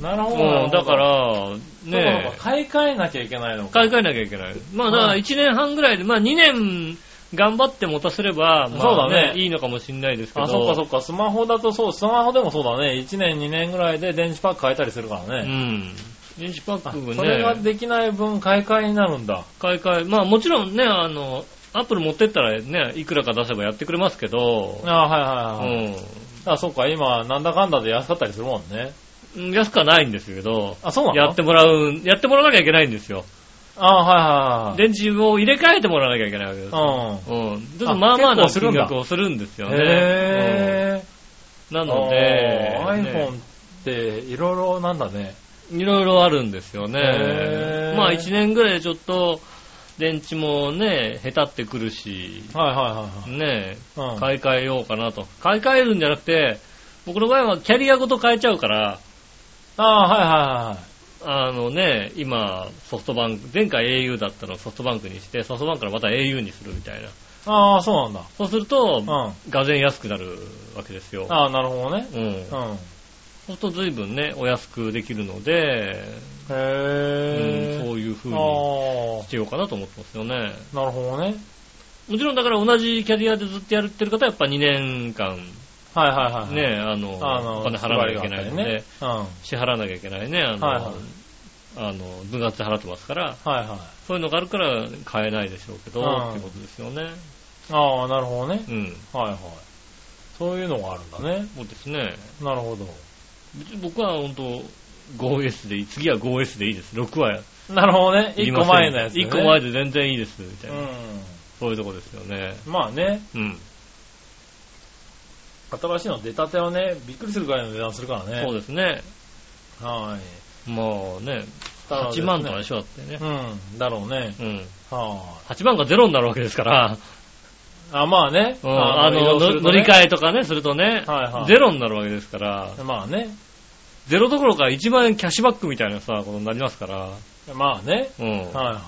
なるほど。なるうほん。どだか、ら、ねねえ買い替えなきゃいけないのか。買い替えなきゃいけない。まあ、だからはい1年半ぐらいで、まあ2年頑張って持たせれば、まあそうだねいいのかもしれないですけど。あ、そっかそっか、スマホだとそう、スマホでもそうだね。1年、2年ぐらいで電池パック変えたりするからうね。ん。電子パッあクそれががね、できない分買い替えになるんだ。買い替え、まあもちろんね、あの、アップル持ってったらね、いくらか出せばやってくれますけど、あうはいはいはい。んあ、そっか、今、なんだかんだで安かったりするもんね。うん。安くはないんですけど、あ、そうなのやってもらう、やってもらわなきゃいけないんですよ。あ、はいはいはい。電池を入れ替えてもらわなきゃいけないわけですよ。ううん。ちょっとまあまあな結構する金んだ額をするんですよん。ね。うんなへぇー。ので、あー iPhone って、いろいろなんだね。いろいろあるんですよねへ。ーまあ1年ぐらいでちょっと電池もね、へたってくるし、はいはいねはいはい。うん買い替えようかなと。買い替えるんじゃなくて、僕の場合はキャリアごと変えちゃうから、あー、はいはいはいはい。あのね、今ソフトバンク、前回 au だったのをソフトバンクにして、ソフトバンクからまた au にするみたいな。ああ、そうなんだ。そうすると、うん。がぜん安くなるわけですよ。ああ、なるほどね。うん。う。そうんすると随分ね、お安くできるので、うんへぇー。そういう風にあしようかなと思ってますよね。あ、なるほどね。もちろんだから同じキャリアでずっとやってる方はやっぱ2年間はいはいはいはい。ね、あの、あの、お金払わなきゃいけないので、ね。うん。はい支払わなきゃいけないね、あの、はいはいあの分割で払ってますから、はい。そういうのがあるから買えないでしょうけど、うんってことですよね。ああ、なるほどね。うん。はいはい。そういうのがあるんだね。そうですね。なるほど。別に僕は本当 5S でいい。次は 5S でいいです。6はなるほどね。いり一ま個せん前のやつ、ね。一個前で全然いいです、みたいな。うそういうとこですよね。ん。まあね、うん。新しいの出たてはね、びっくりするぐらいの値段するからね。そうですね。す。はい。まあね、ただです8ね万とかでしょ、だってね。うん。だろうね。うん。は8万がゼロになるわけですから。い。あ、まあね。うんあの、移動すのると乗ねり換えとかね、するとね、はいはいゼロになるわけですから、まあね。ゼロどころか1万円キャッシュバックみたいなさ、ことになりますから。まあね。うん。はいは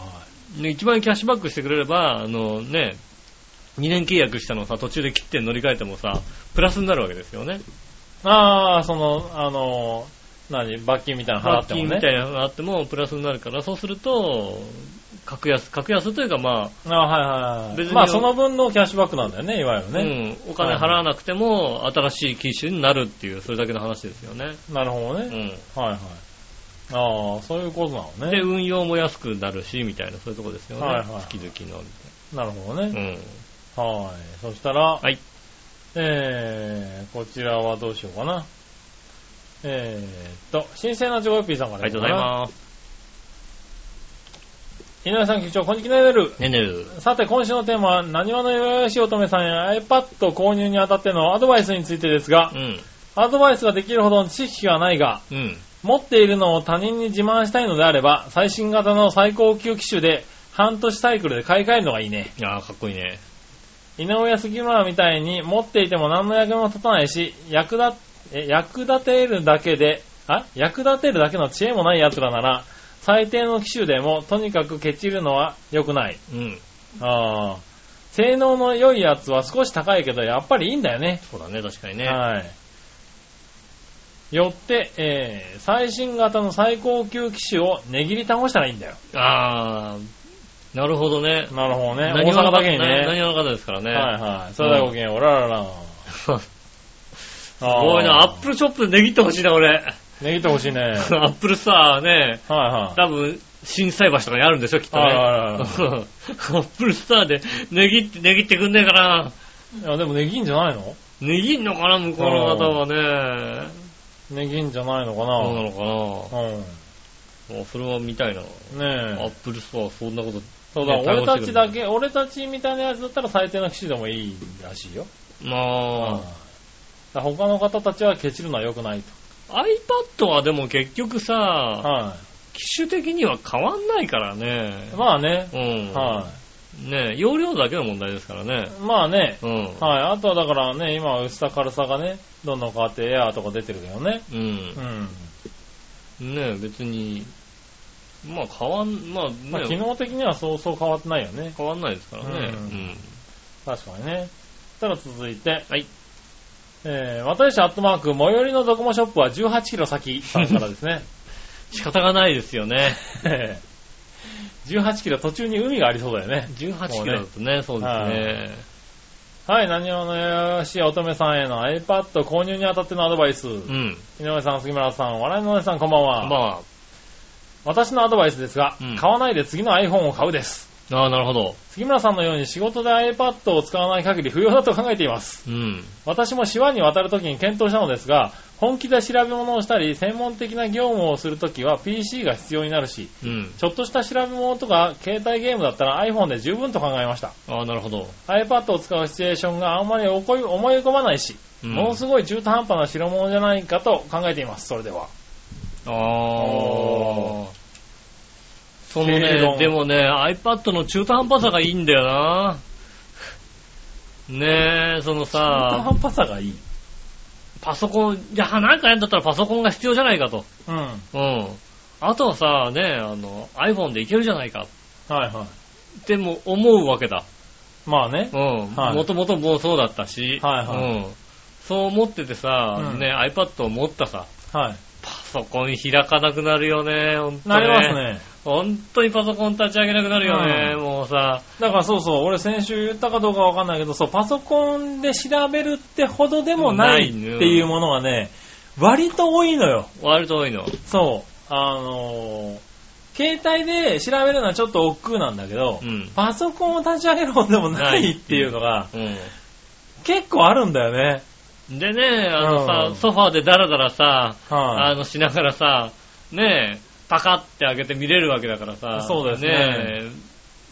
ね1万円キャッシュバックしてくれれば、あのね、2年契約したのさ、途中で切って乗り換えてもさ、プラスになるわけですよね。い。ああ、その、あの、何、罰金みたいなの払っ罰ても金ね。みたいなのがあってもプラスになるから、そうすると、格安、格安というかまあはいはいはい別にまあその分のキャッシュバックなんだよね、いわゆるあ、ね。うん、お金払わなくても新しい機種になるっていう、それだけの話ですよね。なるほうどね。ん。はいはい。ああ、そういうことなので、ね。運用も安くなるし、みたいな、そういうとこですよね。はいは月い々の。なるほどね。うん。はい。そしたら、はい。えー、こちらはどうしようかな。えーっと、新鮮なジョコヨッピーさんかあらりがとうございす。ます。井上さん、局長、こんにちは、ねる。ねねる。さて、今週のテーマは、何話のよよしおとめさんや iPad 購入にあたってのアドバイスについてですがう、ん。アドバイスができるほどの知識はないが、うん。持っているのを他人に自慢したいのであれば、最新型の最高級機種で、半年サイクルで買い替えるのがいいね。ああ、かっこいいね。井上杉村みたいに持っていても何の役にも立たないし、役立、え役立てるだけで、あ役立てるだけの知恵もない奴らなら、最低の機種でもとにかくケチるのは良くない。うん。ああ。性能の良いやつは少し高いけど、やっぱりいいんだよね。そうだね、確かにね。はい。よって、えー、最新型の最高級機種を値切り倒したらいいんだよ。ああ、なるほどね。なるほどね。何大者阪かだけにね。何者かですからね。はいはい。それではごきげんよう、おららら。 *laughs* すすごいな、アップルショップで値切ってほしいな、俺。ル。値切ってほし *laughs* いね。はいアップルさ、ね、はい。多分、震災橋とかにあるんでしょ、きっとね。あるあるあ *laughs* アるップルスターで、値切って、値切ってくんねえかな。いや、でも値切んじゃないの値切んのかな、向こうの方はね。値切んじゃないのどかうななのかな。うん。もうそれは見たいな。アッねえ。プルストア、そんなこと。そうだ、ね俺たちだ。け、俺たちみたいなやつだったら最低な機種でもいいらしいよ。まうんあ、だから他の方たちはケチるのは良くないと。 iPad はでも結局さ、は機種的には変わんないからねい。。まあね。うん。はね容量だけの問題ですからね。い。まあね。うん。はい。あとはだからね、今は薄さ軽さがね、どんどん変わってエアーとか出てるけどね。うんう。ん。ね別に、まあ変わん、まあね、まあ、機能的にはそうそう変わってないよね。変わんないですからね。うん。確かにね。そしたら続いて、はい。えー、又吉アットマーク、最寄りのドコモショップは18キロ先さんからですね。 *laughs* 仕方がないですよね。 *laughs* 18キロ途中に海がありそうだよね。 18キロだとね、そうですね。はい、何をのよよし乙女さんへの iPad 購入にあたってのアドバイス。うん。井上さん、杉村さん、笑いのお姉さん、こんばんは。ま私のアドバイスですが、うん買わないで次の iPhone を買うです。あ、ああ、なるほど。杉村さんのように仕事で iPad を使わない限り不要だと考えています。うん。私も手話に渡るときに検討したのですが、本気で調べ物をしたり、専門的な業務をするときは PC が必要になるし、うん。ちょっとした調べ物とか携帯ゲームだったら iPhone で十分と考えました。ああ、なるほど。 iPad を使うシチュエーションがあんまり思い思い浮かばないし、うんものすごい中途半端な代物じゃないかと考えています、それでは。あおあ。その正論ね、でもね、iPad の中途半端さがいいんだよな。ねえ、その中途さ、半端さがいい。パソコン、じゃあなんかやんだったらパソコンが必要じゃないかと。うん。はいうん。あとはさ、ね、あの、iPhone でいけるじゃないかはっても思うわけだ。い。まあねう。ん。はいもともともうそうだったし、はいはいうん。そう思っててさ、うんね、iPad を持ったさ、はパソコン開かなくなるよね、ほんい。となります。ね。本当にパソコン立ち上げなくなるよね、うんもうさ。だからそうそう、俺先週言ったかどうかわかんないけど、そう、パソコンで調べるってほどでもないっていうものがね、割と多いのよ。割と多いの。そう。あのー携帯で調べるのはちょっと億劫なんだけど、うん。パソコンを立ち上げるほどでもないっていうのが、う結構あるんだよね。ん。でね、あのさ、うんソファーでダラダラさ、はあの、しながらさ、ねえ、パカって開けて見れるわけだからさ。そうですね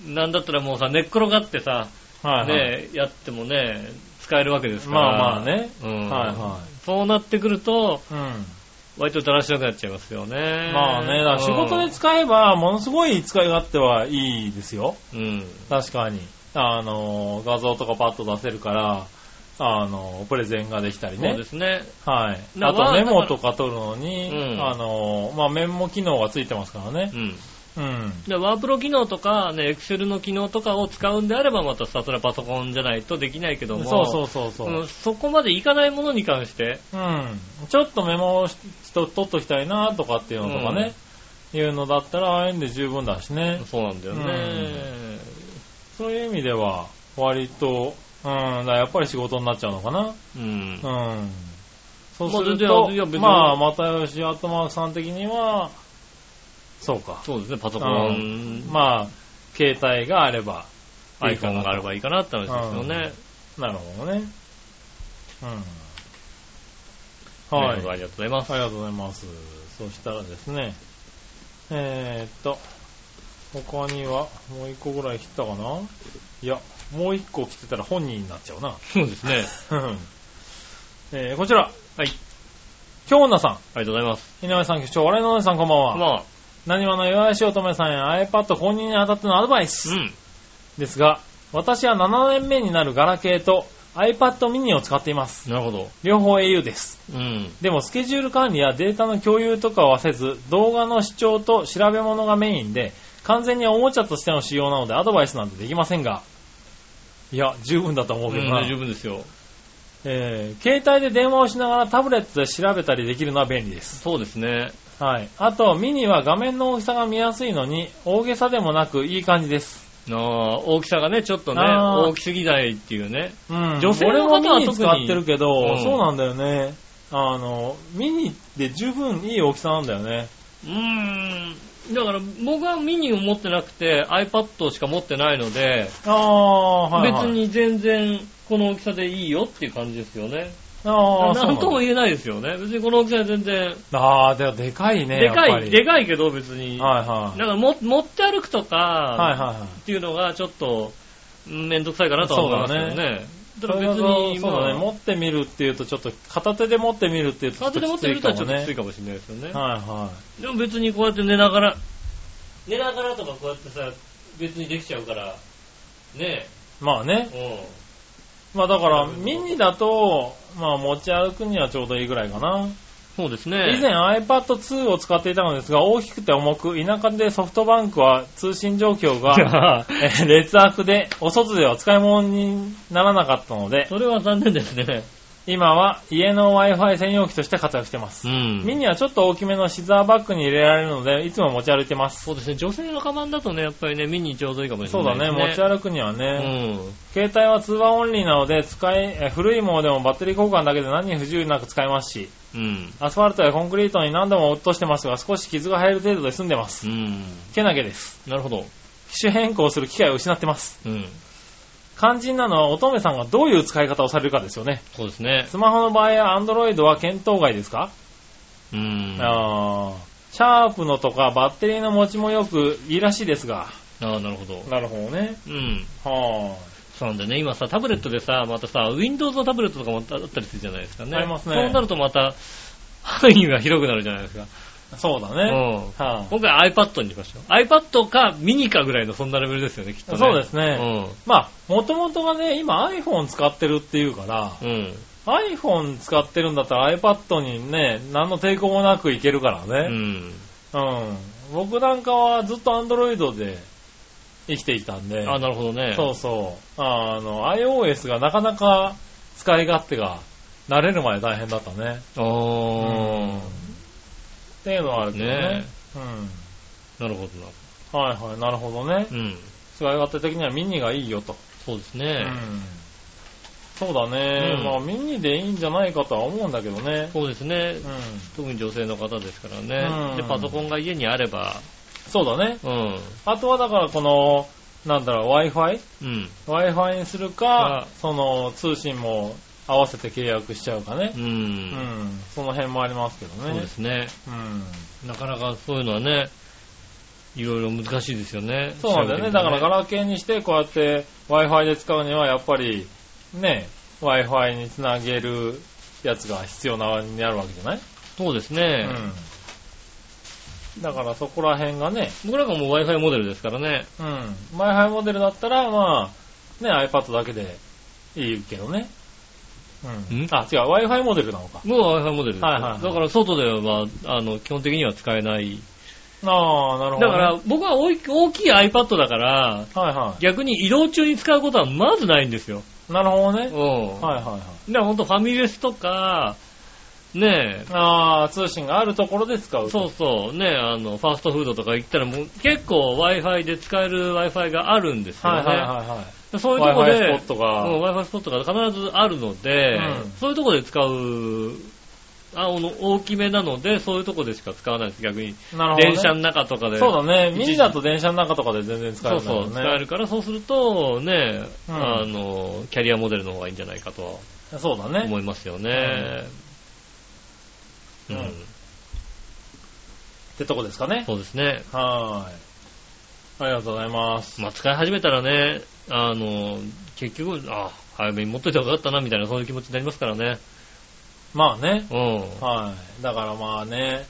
えなんだったらもうさ、寝っ転がってさ、い。はい、はい。ねえ、やってもね、使えるわけですから。まあまあねうん。はいはそうなってくると、うん。割とだらしなくなっちゃいますよね。まあね、だから仕事で使えば、ものすごい使い勝手はいいですよ。うん。確かに。あの、画像とかパッと出せるから、あの、プレゼンができたりそうねで。すね。はい。だあからとメモとか取るのに、うんあの、まあ、メモ機能がついてますからねう。ん。うん。で、ワープロ機能とか、ね、エクセルの機能とかを使うんであれば、またさすがパソコンじゃないとできないけども、そうそうそうそう。うんそこまでいかないものに関して、うん。ちょっとメモをしと取っときたいなとかっていうのとかね、いうのだったら、ああいうんで十分だしね。そうなんだよね。そういう意味では、割と、うん、だからやっぱり仕事になっちゃうのかな。うん。うん。そうすまるあと全然いや別、にまあ、又吉アットマークさん的には、そうか。そうですね、パソコうン、まあ、携帯があれば、アイコンがあればいいかなって話ですよね。なるほどね。うん。は。はいあい。りあがりとうございます。がとうございます。そしたらですね、えー、っと、他には、もう一個ぐらい来たかないや、もう一個来てたら本人になっちゃうな。 *laughs* そうですね。うんえー、こちら。はい。京奈さありがとうございます。ん、井上さん、局長、笑いのお姉さん、こんばんは。まあ、何話の岩橋乙女さんや iPad 購入にあたってのアドバイスうん。ですが、私は7年目になるガラケーと iPad mini を使っています。なるほど。両方 au です。うん。でもスケジュール管理やデータの共有とかはせず、動画の視聴と調べ物がメインで、完全におもちゃとしての仕様なのでアドバイスなんてできませんが、いや、十分だと思うけどな。うん十分ですよ。えー携帯で電話をしながらタブレットで調べたりできるのは便利です。そうですね。はい。あと、ミニは画面の大きさが見やすいのに、大げさでもなくいい感じです。ああ大きさがね、ちょっとね、あー大きすぎないっていうね。うん女性の方は俺もミニ特に使ってるけど、うんそうなんだよね。あの、ミニって十分いい大きさなんだよね。うーん。だから僕はミニを持ってなくて iPad しか持ってないので、ああ、はい、はい。別。に全然この大きさでいいよっていう感じですよね。ああ、そうなんだとも言えないですよね。別にこの大きさで全然、ああ、でもでかいね。でかやっぱりい、でかいけど別に。はいはい。だからも持って歩くとか、はいはいはい。っていうのがちょっと、うんめんどくさいかなとは思いますけどね。だから別に、そうだね、まあ持ってみるっていうとちょっと、片手で持ってみるっていうとち片ょっ手とで持ってみるとはちょっときついかかもしれないですよね。もね。はいはい。でも別にこうやって寝ながら、寝ながらとかこうやってさ、別にできちゃうから、ねまあね。え、まあだから、ミニだと、まあ持ち歩くにはちょうどいいぐらいかな。そうです *laughs* 以ね。 *laughs* 前 iPad 2を使っていたのですが、大きくて重く、田舎でソフトバンクは通信状況がえー劣悪で、お外では使い物にならなかったので、それは残念ですね。今は家の Wi-Fi 専用機として活躍してます。んミニはちょっと大きめのシザーバッグに入れられるので、いつも持ち歩いてます。そうですね、女性のカバンだとね、やっぱりね、ミニちょうどいいかもしそれうなだいね、持ち歩くにはうね。ん。携帯は通話オンリーなので、使い、えー古いものでもバッテリー交換だけで何不自由なく使えますし、うん。アスファルトやコンクリートに何度も落としてますが、少し傷が入る程度で済んでますう。ん。けなげです。なるほど。機種変更する機会を失ってます。うん。肝心なのは乙女さんがどういう使い方をされるかですよね。そうですね。スマホの場合は Android は検討外ですか、うん。あーシャープのとかバッテリーの持ちもよくいいらしいですが。ああ、なるほど。なるほどね。うん。はそうなんだよね、今さ、タブレットでさ、またさ、Windows のタブレットとかもあったりするじゃないですかね。ありますねそうなるとまた、範囲が広くなるじゃないですか。あ。そうだうね。ん。はあ、今回 iPad にしましたよ。iPad かミニかぐらいのそんなレベルですよね、きっとね。そうですね。ね。まあ、もともとがね、今 iPhone 使ってるっていうから、うん。うん。 iPhone 使ってるんだったら iPad にね、何の抵抗もなくいけるからうね。ん。うん。僕なんかはずっと Android で生きていたんで、あ、なるほど *laughs* ね。そうそう。あの、iOS がなかなか使い勝手が慣れるまで大変だったね。う。あっていうのはあるー。けどね。ねうん。え。なるほどな。はいはい、なるほどねう。ん。使い勝手的にはミニがいいよと。そうですうね。ん。そうだね。うんまあミニでいいんじゃないかとは思うんだけどね。そうですね。うん。特に女性の方ですからね。うんで、パソコンが家にあれば、そうだね。うん。あとはだからこの、なんだろう、Wi-Fi?Wi-Fi うん。にするあか、その通信も合わせて契約しちゃうかねう。。うんん。その辺もありますけどそうねで。すね。うん。なかなかそういうのはね、いろいろ難しいですよね。そうなんだよね。だからガラケーにしてこうやって Wi-Fi で使うにはやっぱり、ね、Wi-Fi につなげるやつが必要なになるわけじゃないそうですね。うん。だからそこら辺がね、僕らがもう Wi-Fi モデルですからね。うん。Wi-Fi モデルだったら、まあ、ね、iPad だけでいいけどね。うん。あ、違う、Wi-Fi モデルなのか。もう Wi-Fi モデルですよはいはいはいだから外では、あの、基本的には使えない。ああ、なるだほかどね、ら、僕は大き大きい iPad だから、はいは逆に移動中に使うことはまずないんですよ。い。なるほどうね。ん。はいはいはい。だからほんとファミレスとか、ねああ、通信があるところで使え、う。そうそう、ねえ、あの、ファーストフードとか行ったらもう結構 Wi-Fi で使える Wi-Fi があるんですよね。はいはいはいはい。そういうとこで、 Wi-Fi スポットがうん Wi-Fi スポットが必ずあるので、うんそういうとこで使う、あの、大きめなので、そういうとこでしか使わないです、逆に。なるほど、ね。電車の中とかで。そうだね。ミニだと電車の中とかで全然使えそうんるだろそうう、ね。使えるから、そうすると、ね、うんあの、キャリアモデルの方がいいんじゃないかとはそうだね。思いますよね。う。うんんってとこですかね。そうですね。はーい。ありがとうございます。まあ、使い始めたらね、あの、結局、あ、早めに持っといた方がよかったな、みたいな、そういう気持ちになりますからね。まあね。うん。はい。だからまあね。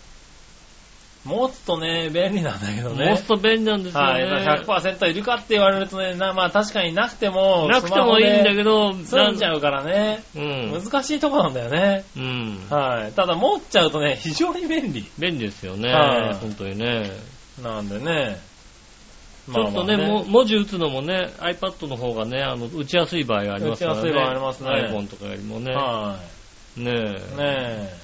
持つとね、便利なんだけどね。モスト便利なんですよはい。ね。だから100%いるかって言われるとね、なまあ確かになくても、なくてもいいんだど。けど、済んじゃうからね。うん。難しいとこなんだよね。うん。はい。ただ持っちゃうとね、非常に便利。便利ですよねはい。本当にね。なんでね。ちょっとね、まあまあも文字打つのもね、iPad の方がね、あの、打ちやすい場合がありますからね。打ちやすい場合ありますね iPhone とかよりもね。はねい。え。ねえ。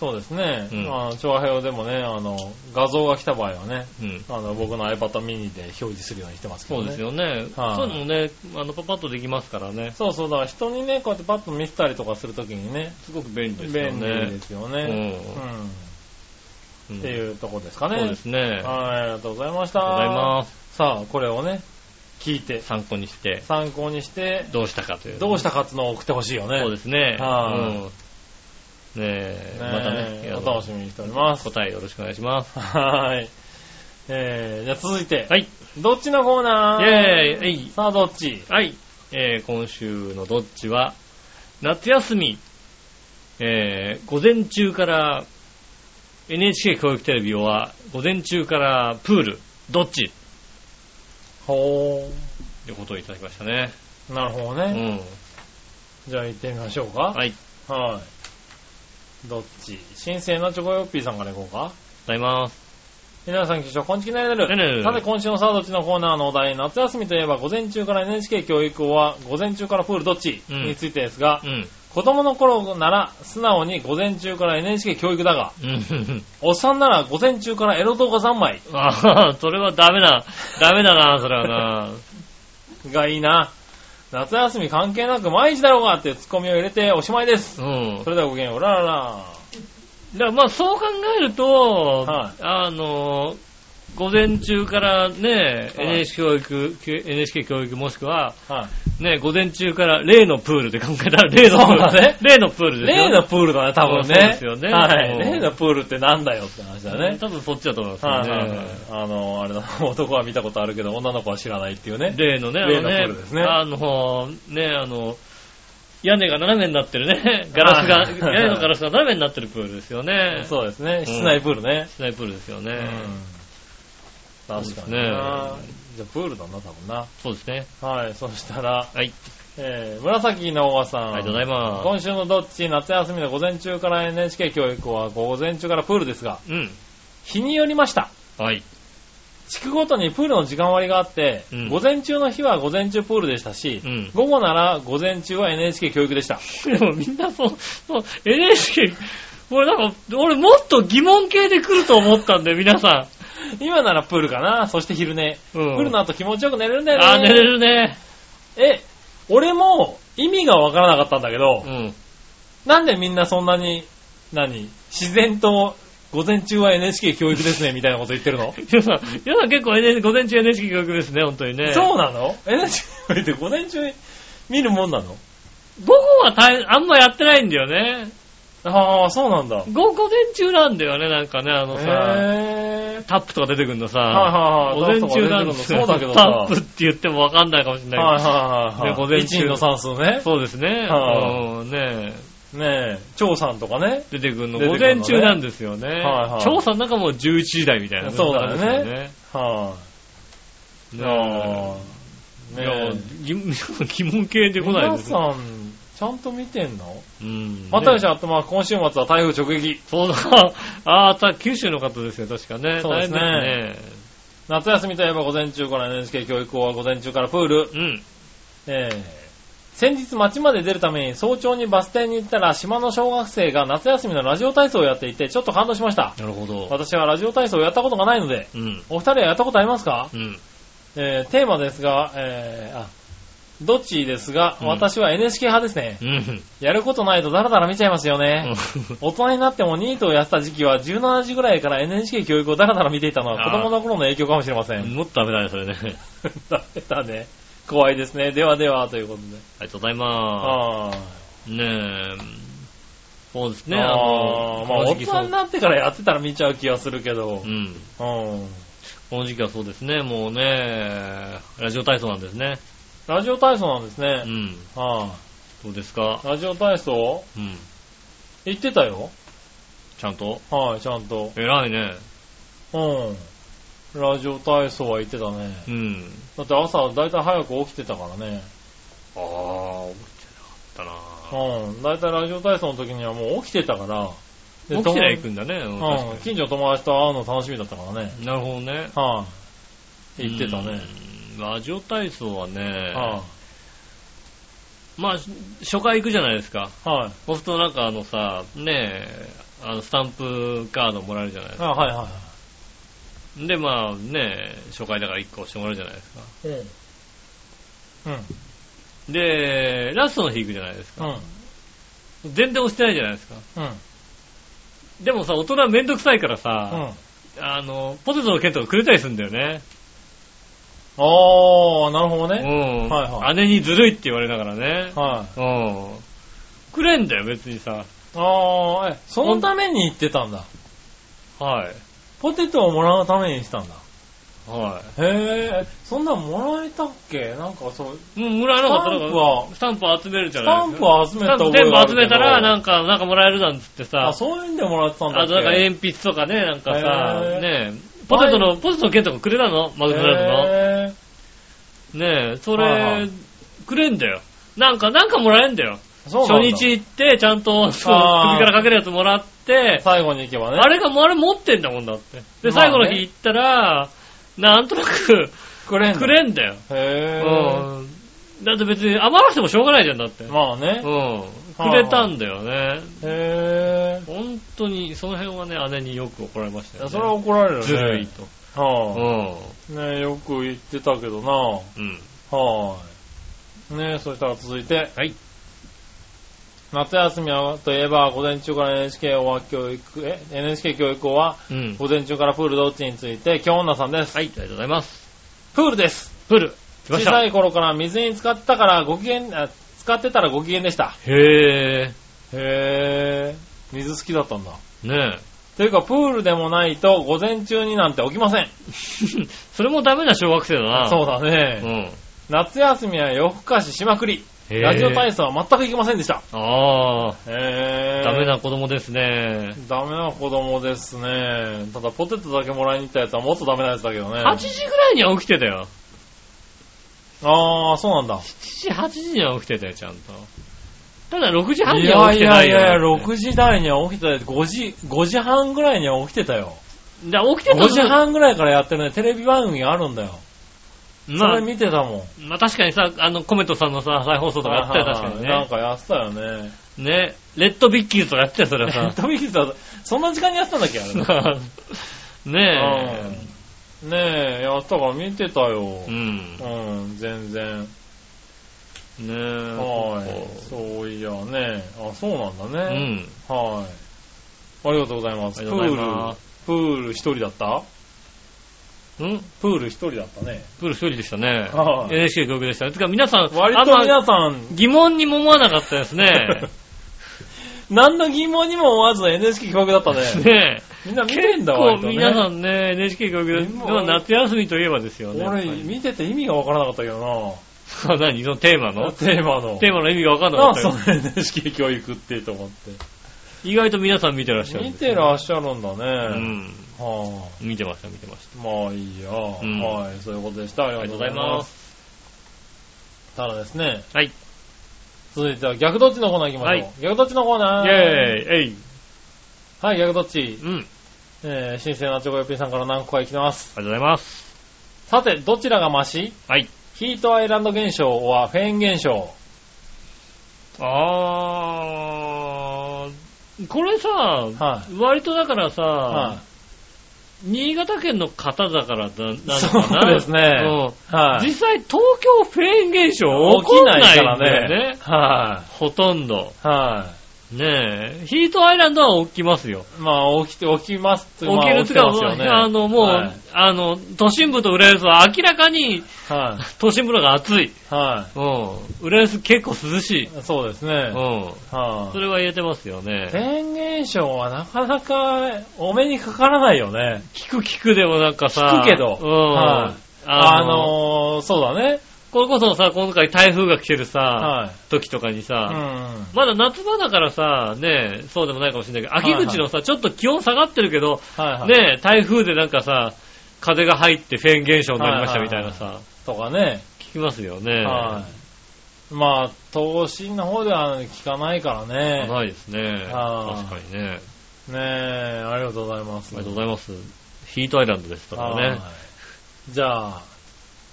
そうですね。うんまあ、調和表でもね、あの、画像が来た場合はね、うん。あの、僕の iPad mini で表示するようにしてますけそどうね。です。よね。はいそういうのもね、あの、パパッとできますからね。そうそう、だから人にね、こうやってパッと見せたりとかするときにね、すごく便利で便すよ利でね。すよね。ううんん。うんっていうとこですかね。そうですね。あはい、ありがとうございました。りがとうございます。さあ、これをね、聞いて、参考にして、参考にして、どうしたかという。どうしたかっていうのを送ってほしいよね。そうですね。はうん。ねえ、ねえまたね、お楽しみにしております。答えよろしくお願いします。はい。えー、じゃあ続いて、はい。どっちのコーナーイェーイえいさあ、どっちはい。えー、今週のどっちは、夏休み、えー、午前中から NHK 教育テレビは、午前中からプール、どっちほということをいただきましたね。ー。なるほどうね。ん。じゃあ行ってみましょうか。はい。ありがとうはい。どっち新鮮なチョコヨッピーさんからいこうか。ございます。皆さん、局長、こんにちは。なねるねるる。さて、今週のさあ、どっちのコーナーのお題、夏休みといえば、午前中から NHK 教育は、午前中からプールどっち、うんについてですがう、ん。子供の頃なら、素直に午前中から NHK 教育だが、うん。 *laughs* おっさんなら午前中からエロ動画3枚ああ、それはダメだ。ダメだな、それはな。がいいな。夏休み関係なく毎日だろうがっていうツッコミを入れておしまいです。うんそ。れではごきげんよう、ラララ。だからまあそう考えると、はいあの、午前中からね、はい NHK 教育、NHK 教育もしくは、はい。ね、午前中から例のプールで考えたら、例のプそうーだル。ね例のプールですよ。例のプールだね、多分ね。そうですよねはい。うん例のプールってなんだよって話だね。多分そっちだと思いますはいはいよはいね。。あの、あれだ、男は見たことあるけど、女の子は知らないっていうね。例のね、あの例のプールですね、ねあの、ね、あの、屋根が斜めになってるね、ガラスが、はい屋根のガラスが斜めになってるプールですよね。そうですね。室内プールね。室内プールですようね。ん確そうでかすにねな。じゃあ、プールだな、多分な。そうですね。はい、そしたら、はい。えー、紫のおばさん。ありがとうございま今週のどっち夏休みの午前中から NHK 教育は午前中からプールですが、す。うん。日によりました。はい。地区ごとにプールの時間割があって、うん午前中の日は午前中プールでしたし、うん午後なら午前中は NHK 教育でした。でもみんなそう、そう、NHK、俺なんか、俺もっと疑問系で来ると思ったんで、皆さ今ならプールかなそして昼ん。寝。うん。プールの後気持ちよく寝れるんだよね。あー、寝れるね。え、俺も意味がわからなかったんだけど、うん。なんでみんなそんなに、何自然と午前中は NHK 教育ですね、みたいなこと言ってるの皆さん、皆さん結構 NHK、午前中 NHK 教育ですね、本当にね。そうなの ?NHK って午前中見るもんなの午後は大あんまやってないんだよね。ああ、そうなんだ。午午前中なんだよね、なんかね、あのさ、へータップとか出てくるのさ、はいはいはい午前中なんですよ。タップとか出てくるのタそうだけッどさプって言ってもわかんないかもしれないけど、はいはいはいはい。ね午前中一二の算数ね。そうですね。はうんねえねえ、長さんとかね。出てくるの出午てくる前のね中なんですよね。はいはい調査の中も11時台みたいな。そうだよねんな感はじですよね。い、あ。ねえいやねえ。疑疑問系で来ない皆ですさん、ちちゃんと見てんのうん。またよしゃあとまあ今週末は台風直撃。そうだ。ああ、た九州の方ですよ、確かね。そうですね大変です夏休みといえば午前中から NHK 教育校は午前中からプール。ね。うん。えー先日町まで出るために早朝にバス停に行ったら島の小学生が夏休みのラジオ体操をやっていてちょっと感動しました。なるほど。私はラジオ体操をやったことがないので、うん。お二人はやったことありますか、うん。えーテーマですが、えーあ、どっちですが、うん私は NHK 派ですね。うん。やることないとダラダラ見ちゃいますよね。大人になってもニートをやってた時期は17時ぐらいから NHK 教育をダラダラ見ていたのは子供の頃の影響かもしれません。もっとダメだね、それね。 *laughs* ダメだね。怖いですね。ではでは、ということで。ありがとうございまああ。す。ねえ。そうですね。あのあ、まあ大この時期そ人うになってからやってたら見ちゃう気がするけどう。ん。うん。この時期はそうですね、もうね、ラジオ体操なんですね。ラジオ体操なんですうね。ん。あどうですかあ。ラジオ体操うん。行ってたよ。ちゃんとはい、ちゃんと。偉いね。うん。ラジオ体操は行ってたね。うん。だって朝だいたい早く起きてたからね。ああ、起きてなかったなうん。だいたいラジオ体操の時にはもう起きてたから。起できてりゃ行友くんだね。うん達うん。確か近所の友達と会うの楽しみだったからね。になるほどね。はい、行ってたね。うん。ラジオ体操はね、はまあ、し初回行くじゃないですか。い、はい、そうするとなんかあのさ、ねえ、あの、スタンプカードもらえるじゃないですか。あ。はいはで、まあねえ、初回だから1個押してもらうじゃないですか。い。うん。うん。で、ラストの日行くじゃないですか。うん。全然押してないじゃないですか。うん。でもさ、大人はめんどくさいからうさ、ん。あの、ポテトの券とかくれたりするんだよね。ああ、なるほどうね。ん。はいはい姉にずるいって言われながらね。はい。うん。くれんだよ、別にさ。ああ、え、そのために行ってたんだ。はい。ポテトをもらうためにしたんだ。はへえ、そんなんもらえたっけなんかそう、い。もうもらえなかったスタンプはスタンプ集めるじゃスなタいンですプか。を集めたスタ覚ンプ全えがあ部る集けどめたら、なんか、なんかもらえるなんつってさ。あ、そういうんでもらってたんだっあけとなんか鉛筆とかね、なんかさ、へーねえポテトの、ポテトの券とかくれたのマクドナルへえドの。ねえ、そはいはれい、くれんだよ。なんか、なんかもらえんだよ。そう初なんだ日行って、ちゃんと、そうあー首からかけるやつもらって、最後に行けばね。あれが、もうあれ持ってんだもんだって。で、まあね最後の日行ったら、なんとなく、くれんのくれんだよ。うへえ。ん。だって別に余らせてもしょうがないじゃんだって。うん。まあね。くれたんだよね。へえ。本当に、その辺はね、姉によく怒られましたよ、ね。それは怒られるね。ずるいと。はうあ。ねよく言ってたけん。うん。どな。はーい。ねえ、そしたら続いて。はい。夏休みはといえば、午前中から NHK は教育、え、NHK 教育校は、うん。午前中からプールどっちについて、京女さんです。はい、ありがとうございます。プールです。プール、来ま小した。さい頃から水に浸かったからご機嫌、あ使ってたらご機嫌でした。へえ。へー。水好きだったんだ。ねえ。というか、プールでもないと、午前中になんて起きません。 *laughs* それもダメな小学生だな。そうだうね。ん。夏休みは夜更かししまくり。へえラジオ体操は全く行きませんでした。ああ、へー。ダメな子供ですね。ダメな子供ですね。ただポテトだけもらいに行ったやつはもっとダメなやつだけどね。 8時ぐらいには起きてたよ。ああ、そうなんだ。 7時、8時には起きてたよ、ちゃんと。ただ6時半いにはや起きいてなやいいよ。や、6時台には起きてたよ。5時、5時半ぐらいには起きてたよ。時。だから起きてた5の時半ぐらいからやってるね、テレビ番組があるんだよ。そまあれ、見てたもん。まあ確かにさ、あの、コメントさんのさ、再放送とかやってたよ、確かになんね。かやってた *laughs* よね。ね。レッドビッキーズとかやってたよ、それはレ *laughs* ッさ。 *laughs* ドビッキーズだそんな時間にやってたんだっけあれ。ねうんねえ、やったから見てたよえ。う。ん。うん、全然。ねえ。はい。そういやね。あ、そうなうんだね。ん。はい。ありがとうございます。ありプがとうございーまル、プール一人だったうんプール一人だったね。プール一人でしたね。はい NHK 教育でしたね。てか皆さん、割あんとま皆さん、疑問にも思わなかったです *laughs* ね。何の疑問にも思わず NHK 教育だったね。 *laughs* ねみんな見てんだこわ、う割とね皆さんね、NHK 教育で、疑問まあ夏休みといえばですよね。俺やっぱり *laughs* 見てて意味がわからなかったけど何そのテーマな。のテーマの。テーマの意味が分かんなかなっんたでけどそれ NHK 教育ってと思って。意外と皆さん見てらっしゃるん見ですよてらっしゃるんだうね。ん。は見てました、見てましあ。まあいいや。んはい。そういうことでした。あた。りあがりがとうとうごござざいいま。ますす。ただですね、はい。続いては逆どっちのコーナー行きましょう。はい逆どっちのコーナイェーー。イ、えい。はい、逆どっちう。ん。ありえー、新鮮なチョコヨッピーさんから何個か来てます。がとうございます。さて、どちらがマシはい。ヒートアイランド現象はフェーン現象。あー、これさ、は割とだからさ、い。は新潟県の方だからだなのかな。そうですねい。うはん実い。際東京フェーン現象起起ききなないいかかららねね。。はほとんど。い。はねえ。ヒートアイランドは起きますよ。い。まあ、起きて、起きます起つまあきるつか、起きてますよねあの、もう、はいあの、都心部と浦安は明らかには都心部の方が暑い。い。はうん。浦安結構涼しい。い。そうですうね。ん。はそい。れは言えてますよフェね。ーン現象はなかなかお目にかからないよね。聞く聞くでもなんかさ。聞くけどうん。はいあのー、そうだね。これこそさ、今回台風が来てるさ、はい。時とかにさ、うん。まだ夏場だからさ、ねえ、そうでもないかもしれないけど、秋口のさ、ちょっと気温下がってるけど、はいはい。ねえ、台風でなんかさ、風が入ってフェーン現象になりましたみたいなさ、とかね。聞きますよね。はい。まあ、都心の方では聞かないからね。ないですね。はい確かにね。ねえ、ありがとうございます。ありがとうございます。ヒートアイランドですからね。はいじゃあ、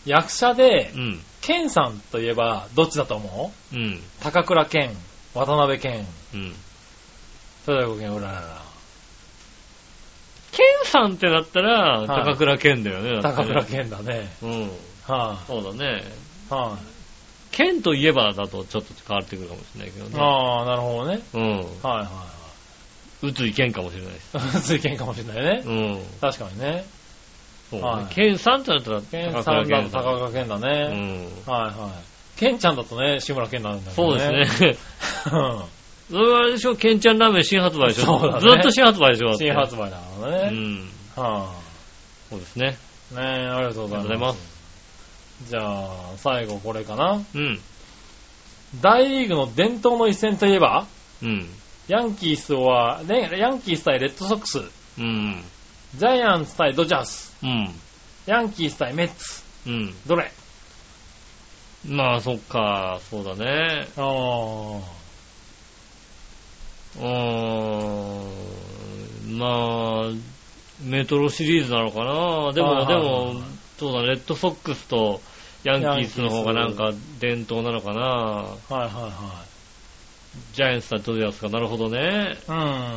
役者でう、ん。ケンさんといえば、どっちだと思ううん。高倉健、渡辺健、うん。豊田健、うららら。ケンさんってなったら、い高倉健だよね、だって高ね倉健だね。うん。はそうだね。い、はい、ケンといえばだとちょっと変わってくるかもしれないけどね。ああ、なるほどね。うはいはん。宇津井健かもしれないです。い *laughs* はい。随見かもしれないね。うん。確かにね。そうはねい。ケンさんってなったら、健高さ倉んだ健とさん。高倉健だうね。ん。はいはい。健ちゃんだとね、志村健なんだけそどうね。ですね。うんそれはあれでしょ、ケンちゃんラーメン新発売でしょ。そうだずねっと新発売でしょ。だって新発売だからうね。ん。はそうですね。い。ねえ、ありがとうございありがとます。うございまじゃあ、最後これかな。うん。大リーグの伝統の一戦といえば、うん。ヤンキースは、ね、ヤンキース対レッドソックス、うん。ジャイアンツ対ドジャース、うん。ヤンキース対メッツ、うん。どれまあ、そっか、そうだね。あーうーん。まあ、メトロシリーズなのかな。でも、はいはいではいも、そうだね、レッドソックスとヤンキースの方がなんか伝統なのかな。はいはジャイアンツ対ドジャースか、なるほどね。いは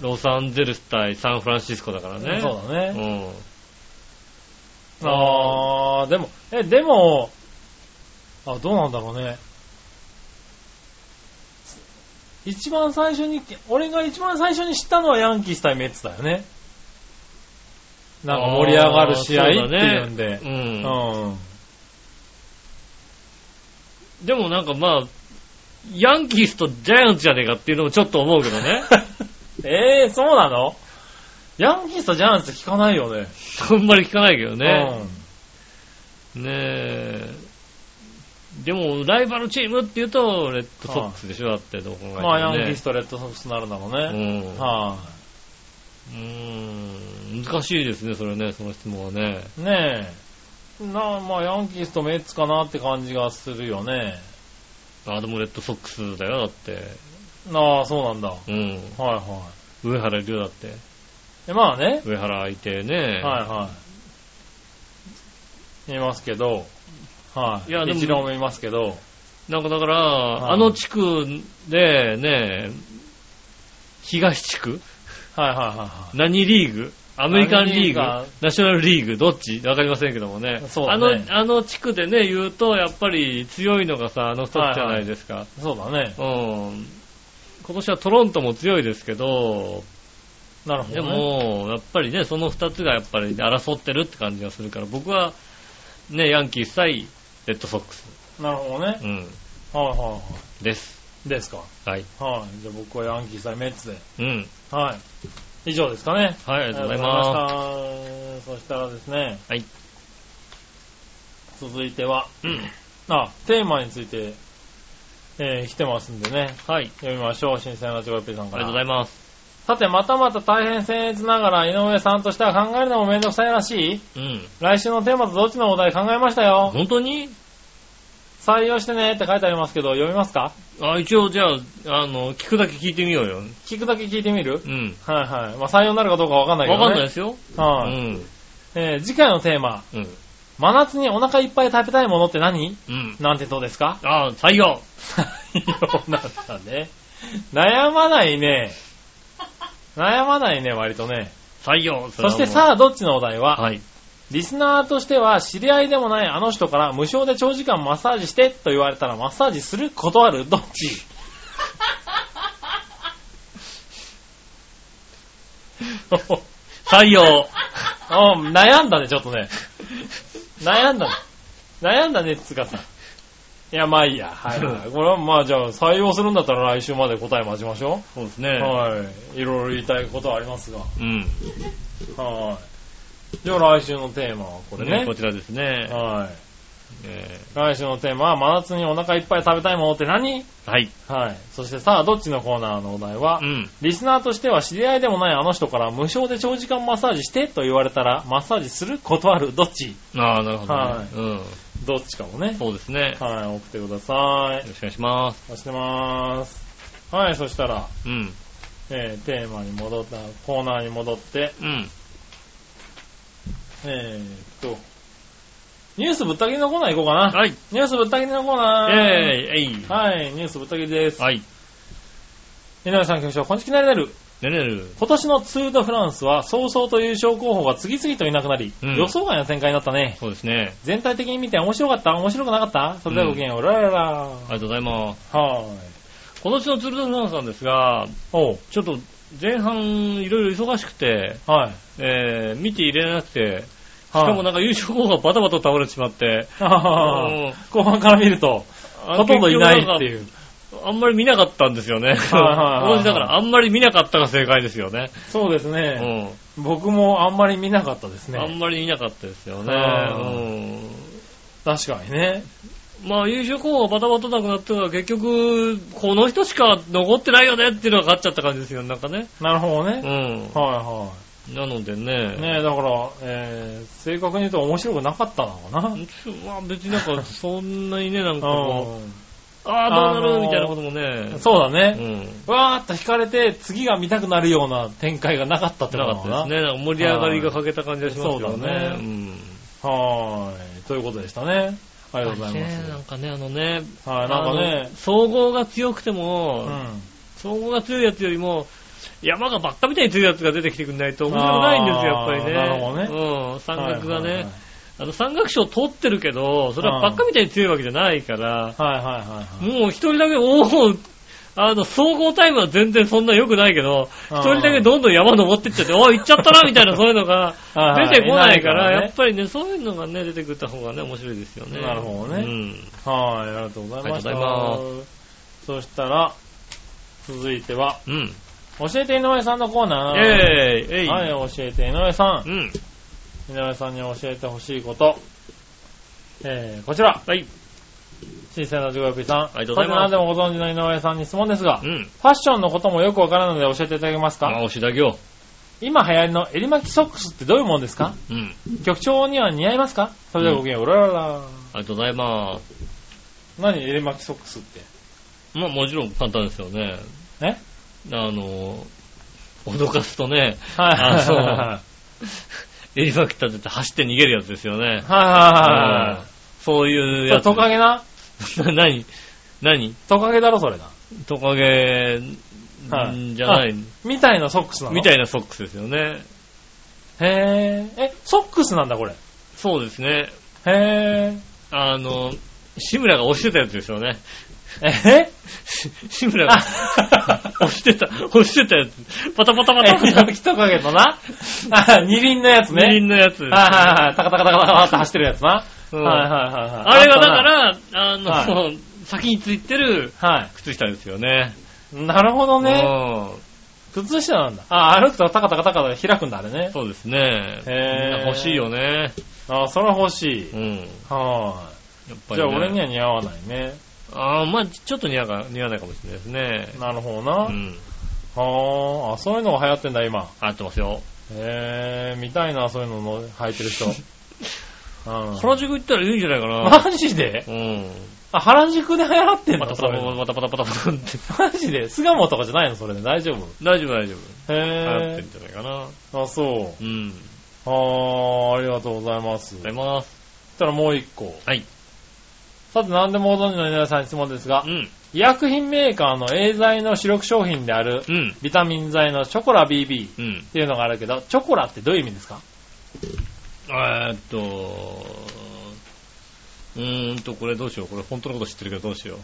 い。ロサンゼルス対サンフランシスコだからうーん。ね。そうだね。ね。あー、でも、え、でも、あ、どうなんだろうね。一番最初に、俺が一番最初に知ったのはヤンキース対メッツだよね。なんか盛り上がる試合っていうんで。うん。うんうん。でもなんかまあ、ヤンキースとジャイアンツじゃねえかっていうのもちょっと思うけど *laughs* ね。ええー、そうなのヤンキースとジャイアンツ聞かないよね。あんまり聞かないけどね。ねえ。でも、ライバルチームって言うと、レッドソックスでしょ、だって、どこうが、ね。ん。まあ、ヤンキースとレッドソックスになるんだろううね。ん。はうーん。難しいですね、それね、その質問はね。い、ねえ。なあ、まあ、ヤンキースとメッツかなって感じがするよね。あ、でもレッドソックスだよ、だって。ああ、そうなんだ。はいうん。は上原龍だって。い。え、まあね。上原相手ね。はいはい。いますけど、はい。いやでも一郎もいますけど、なんかだから、いあの地区でね、東地区はいはいはいは何リーグアメリカンリーグ何リーグかナショナルリーグどっちわかりませんけどもね。そうあだのね、あの地区でね、言うと、やっぱり強いのがさ、あの二つじゃないですか。い。そうだね。うん。今年はトロントも強いですけど、なるほど、でね。も、やっぱりね、その二つがやっぱり争ってるって感じがするから、僕は、ね、ヤンキース対レッドソックス。なるほどねう。ん。はいはいはです。い。ですか。はい。はい。じゃあ僕はヤンキース対メッツで。うん。はい。以上ですかね。はい、ああ。りがとうございますそしたらですね、す。はい。続いては、うん。あ、テーマについて、えー来てますんでね、はい。読みましょう。新鮮なチョコヨッピーさんあかりがとうごら。ざいます。さて、またまた大変僭越ながら、井上さんとしては考えるのもめんどくさいらしいうん。来週のテーマとどっちのお題考えましたよ。本当に採用してねって書いてありますけど、読みますかあ、一応じゃあ、あの、聞くだけ聞いてみようよ。聞くだけ聞いてみるうん。はいはい。まあ、採用になるかどうかわかんないけわどね。かんないですよ。うはい、ん。えー次回のテーマ、うん。真夏にお腹いっぱい食べたいものって何うん。なんてどうですかああ、採用。採用なんだね。悩まないね。悩まないね、割とね。採用。れそはもしうて、さあ、どっちのお題は、はい。 *laughs* リスナーとしては知り合いでもないあの人から無償で長時間マッサージしてと言われたらマッサージする断るどっち *laughs* 採用。お悩んだね、ちょっとね。悩んだね。悩んだね、つうかさ。いや、まあいいや。はい、はい。これはまあじゃあ採用するんだったら来週まで答え待ちましょそうですう。ね。はい。いろいろ言いたいことはありますが。うん。はい。じゃあ来週のテーマはここれれね、ねこ。ちらですね。はい。え来週のテーマは真夏にお腹いっぱい食べたいものって何ーはい。はい。そしてさあ、どっちのコーナーのお題は、うん。リスナーとしては知り合いでもないあの人から無償で長時間マッサージしてと言われたら、マッサージする断るどっちああ、なるほど、ねはいうん。どっちかもね。そうですね。よはい、送ってください。ろしくお願いします。お待ちしてまーす。はい、そしたら、うん。えー、テーマに戻った、コーナーに戻って、うん。えー、っと、ニュースぶった切りのコーナー行こうかな。はい。ニュースぶった切りのコーナー。えい、えい。はい、ニュースぶった切りです。はい。井上さん、局長、こんにちきなりなる。ねねる。今年のツール・ド・フランスは早々と優勝候補が次々といなくなり、うん予想外の展開になったね。そうですね。全体的に見て面白かった面白くなかったそれではごきげんよう、ラララありがとうございます。はーい。今年のツルドフランスなんですが、おう、ちょっと前半いろいろ忙しくて、はい。はい。えー、見て入れなくて、しかもなんか優勝候補がバタバタ倒れてしまって、あー後半から見ると、あほとんどいないっていう。あんまり見なかったんですよね。はいはいはい *laughs* 私だからあんまり見なかったが正解ですよね。そうですうね、ん。僕もあんまり見なかったですあね。んまり見なかったですよねは。確かにね。うん。まあ優勝候補がバタバタなくなったから結局、この人しか残ってないよねっていうのが勝っちゃった感じですよね、なんかね。なるほうどね。ん。はなのでいはい。ねえ、だから、えー、正確に言うと面白くなかったのかな。まあ別になんか、そんなにね、なんかこうう、ああ、どうな *laughs* あるのーみたいなこともねん。、そうだうね。ん。わーっと惹かれて、次が見たくなるような展開がなかったってこなとかなったのかでなすね。なんか盛り上がりが欠けた感じがしますよそうだねね。うん。はーい。ということでしたね。ありがとうございまねす。なんかね、あのね、はい、なんかあねの、総合が強くてうも、ん。総合が強いやつよりも、山がばっかみたいに強いやつが出てきてくんないと面白くないんですよ、やっぱりね。あーなるほどね。うん、山岳がね。はいはいあの、山岳賞取ってるけど、それはばっかみたいに強いわけじゃないから、はいはいはいはい。もう一人だけ、おお、あの、総合タイムは全然そんな良くないけど、うん一人だけどんどん山登ってっちゃって、おー行っちゃったな、みたいな、そういうのがはいは出いてこないかいないからら、ねやっぱりね、そういうのがね、出てくった方がね、面白いですよね。なるほどねうん。はい、ありがとうございましありがとうごた。そしたら、続いては、うん。教えて井上さんのコーナー。えい、えい。はい、教えて井上さ。うんん。井上さんに教えてほしいこと。えー、こちら。はい。新鮮な地獄さん。ありがとうございますこれ何でもご存知の井上さんに質問ですうが、フん。ァッションのこともよくわからないので教えていただけますか、直しだけを。今流行りの襟巻きソックスってどういうもんですかうん。局長には似合いますかそれではごきげんよう、うららら。ありがとうございます。何襟巻きソックスって。まあもちろん簡単ですよね。えあの、脅かすとね、はいはいあそう *laughs* はいは襟巻き立てて走って逃げるやつですよねい。。はいはいうんはそういうい。やそれつ。トカゲなな *laughs* 何何トカゲだろ、それな。トカゲんはいじゃない、みたいなソックスなのみたいなソックスですよね。へぇー。え、ソックスなんだ、これ。そうですね。へあの、志村が押してたやつですよね。 *laughs* ぇー。えし志村 *laughs* が押してた、押してたやつ。パタパタパタ襟パ巻きトカゲとな。 *laughs* あ二輪のやタ。つ二ね。輪のやつ。はいはいはい。タカタカタカタカタって走ってるやつな。うんはいはいはいはい。あれがだから、あの、は先についてるあったな。は靴下ですよね。い。なるほどね。ね。靴下なんだ。あ、歩くとタカタカタカタ開くんだ、あれね。そうですね。へーみんな欲しいよね。あ、それは欲しい。うん。やっはぱり、ね。い。じゃあ俺には似合わないね。ああ、まあちょっと似合うか似合わないかもしれないですね。なるほどうな。ん。はあ、あそういうのが流行ってんだ、今。合ってますよ。へえ、見たいな、そういうの *laughs* の履いてる人。うん *laughs* 原宿行ったらいいんじゃないかな。マジでうん。あ、原宿で流行ってんパのタパそタういうのパタパタパタパタって。マジで巣鴨とかじゃないのそれで大丈夫大丈夫大丈夫。流行っへてんじゃないかな。ぇー。あ、そうん。う。あー、ありがとうございます。ありがとうございます。そしたらもう一個。はい。さて、何でもご存知の皆さんに質問ですがう、ん。医薬品メーカーのエーザイの主力商品である、うん。ビタミン剤のチョコラ BB っうん。ていうのがあるけど、チョコラってどういう意味ですかえーっと、うーんと、これどうしよう。これ本当のこと知ってるけどどうしよう。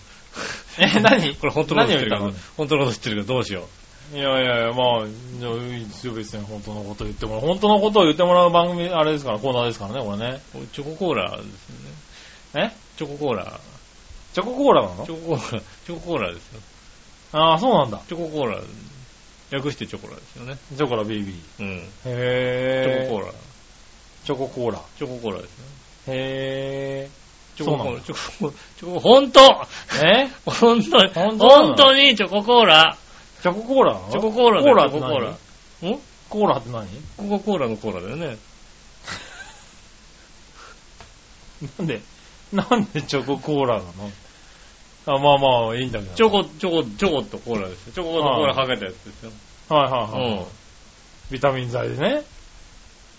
え、何これ本当のこと知ってるけ何をど言っ、本当のこと知ってるけどどうしよいやいやいや、まあ、じゃあ、いいですよ別に本当のこと言ってもらう。本当のことを言ってもらう番組、あれですから、コーナーですからね、これね。う。チョココーラですよね。えチョココーラ。チョココーラなのチョココーラ、チョココーラですよ。ああ、そうなんだ。チョココーラ、略してチョコラですよね。チョコラ BB。うん。チョへぇー。ココーラ。チョココーラ。チョココーラですね。へチョココーそうなラ、のチョココーラ、チョコ、本当ぇー。え本当に、本本当なの当にチョココーラ。チョココーラなのチョココーラだコーよ、ラチョココーラ。ってん何コーラって何コココーラのコーラだよね。なんで、なんでチョココーラなのあ、まあまあ、いいんだけど。チョコ、チョコ、チョコとコーラですよ。チョコとコーラかけたやつですよ。はいはいはい。うビタミン剤でね。